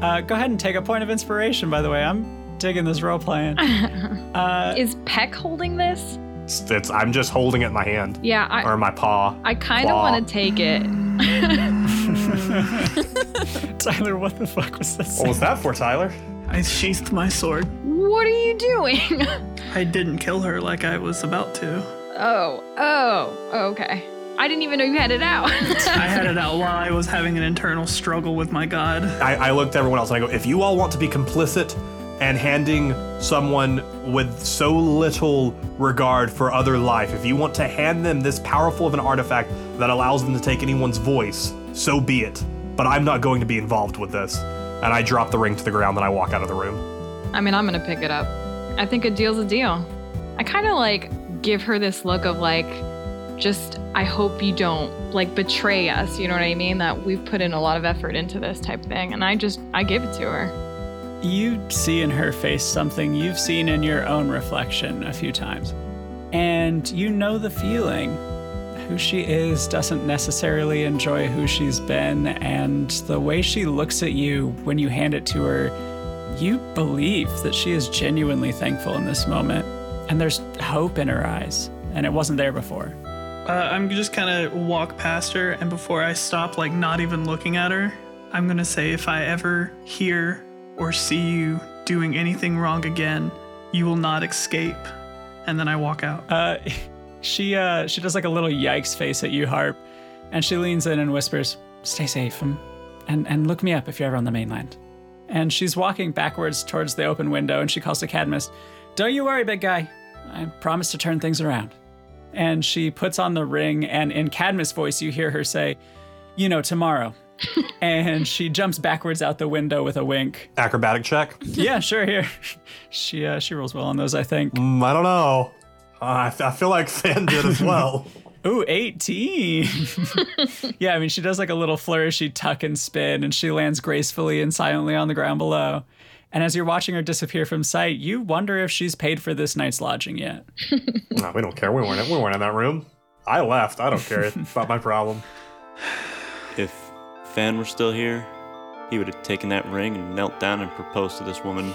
Speaker 1: Uh, go ahead and take a point of inspiration, by the way. I'm digging this role playing. Uh,
Speaker 9: Is Peck holding this?
Speaker 7: It's, it's- I'm just holding it in my hand
Speaker 9: Yeah, I
Speaker 7: or my paw.
Speaker 9: I kind of
Speaker 7: claw.
Speaker 9: want to take it.
Speaker 1: [LAUGHS] Tyler, what the fuck was this?
Speaker 7: What was that for, Tyler?
Speaker 5: I sheathed my sword.
Speaker 9: What are you doing? [LAUGHS]
Speaker 5: I didn't kill her like I was about to.
Speaker 9: oh, oh, okay. I didn't even know you had it out. [LAUGHS]
Speaker 5: I had it out while I was having an internal struggle with my god.
Speaker 7: I, I looked at everyone else and I go, if you all want to be complicit and handing someone with so little regard for other life, if you want to hand them this powerful of an artifact that allows them to take anyone's voice, so be it. But I'm not going to be involved with this. And I drop the ring to the ground and I walk out of the room.
Speaker 9: I mean, I'm gonna pick it up. I think a deal's a deal. I kind of like give her this look of like, just I hope you don't like betray us. You know what I mean? That we've put in a lot of effort into this type thing, and I just I give it to her.
Speaker 1: you see in her face something you've seen in your own reflection a few times. And you know the feeling. Who she is doesn't necessarily enjoy who she's been, and the way she looks at you when you hand it to her, you believe that she is genuinely thankful in this moment. And there's hope in her eyes, and it wasn't there before.
Speaker 5: Uh, I'm just kind of walk past her, and before I stop, like not even looking at her, I'm gonna say if I ever hear or see you doing anything wrong again, you will not escape. And then I walk out.
Speaker 1: Uh, [LAUGHS] she uh, she does like a little yikes face at you, Harp, and she leans in and whispers, "Stay safe, um, and and look me up if you're ever on the mainland." And she's walking backwards towards the open window, and she calls to Cadmus, "Don't you worry, big guy. I promise to turn things around." And she puts on the ring, and in Cadmus' voice, you hear her say, "You know, tomorrow." and she jumps backwards out the window with a wink.
Speaker 7: Acrobatic check?
Speaker 1: Yeah, sure. Here, [LAUGHS] she uh, she rolls well on those, I think.
Speaker 7: Mm, I don't know. Uh, I, f- I feel like Finn did as well.
Speaker 1: Ooh, 18. [LAUGHS] yeah, I mean, she does like a little flourishy tuck and spin, and she lands gracefully and silently on the ground below. And as you're watching her disappear from sight, you wonder if she's paid for this night's lodging yet.
Speaker 7: [LAUGHS] no, we don't care. We weren't, we weren't in that room. I left. I don't care. It's not my problem.
Speaker 10: If Fan were still here, he would
Speaker 9: [LAUGHS]
Speaker 10: have taken that ring and knelt down and proposed to this woman.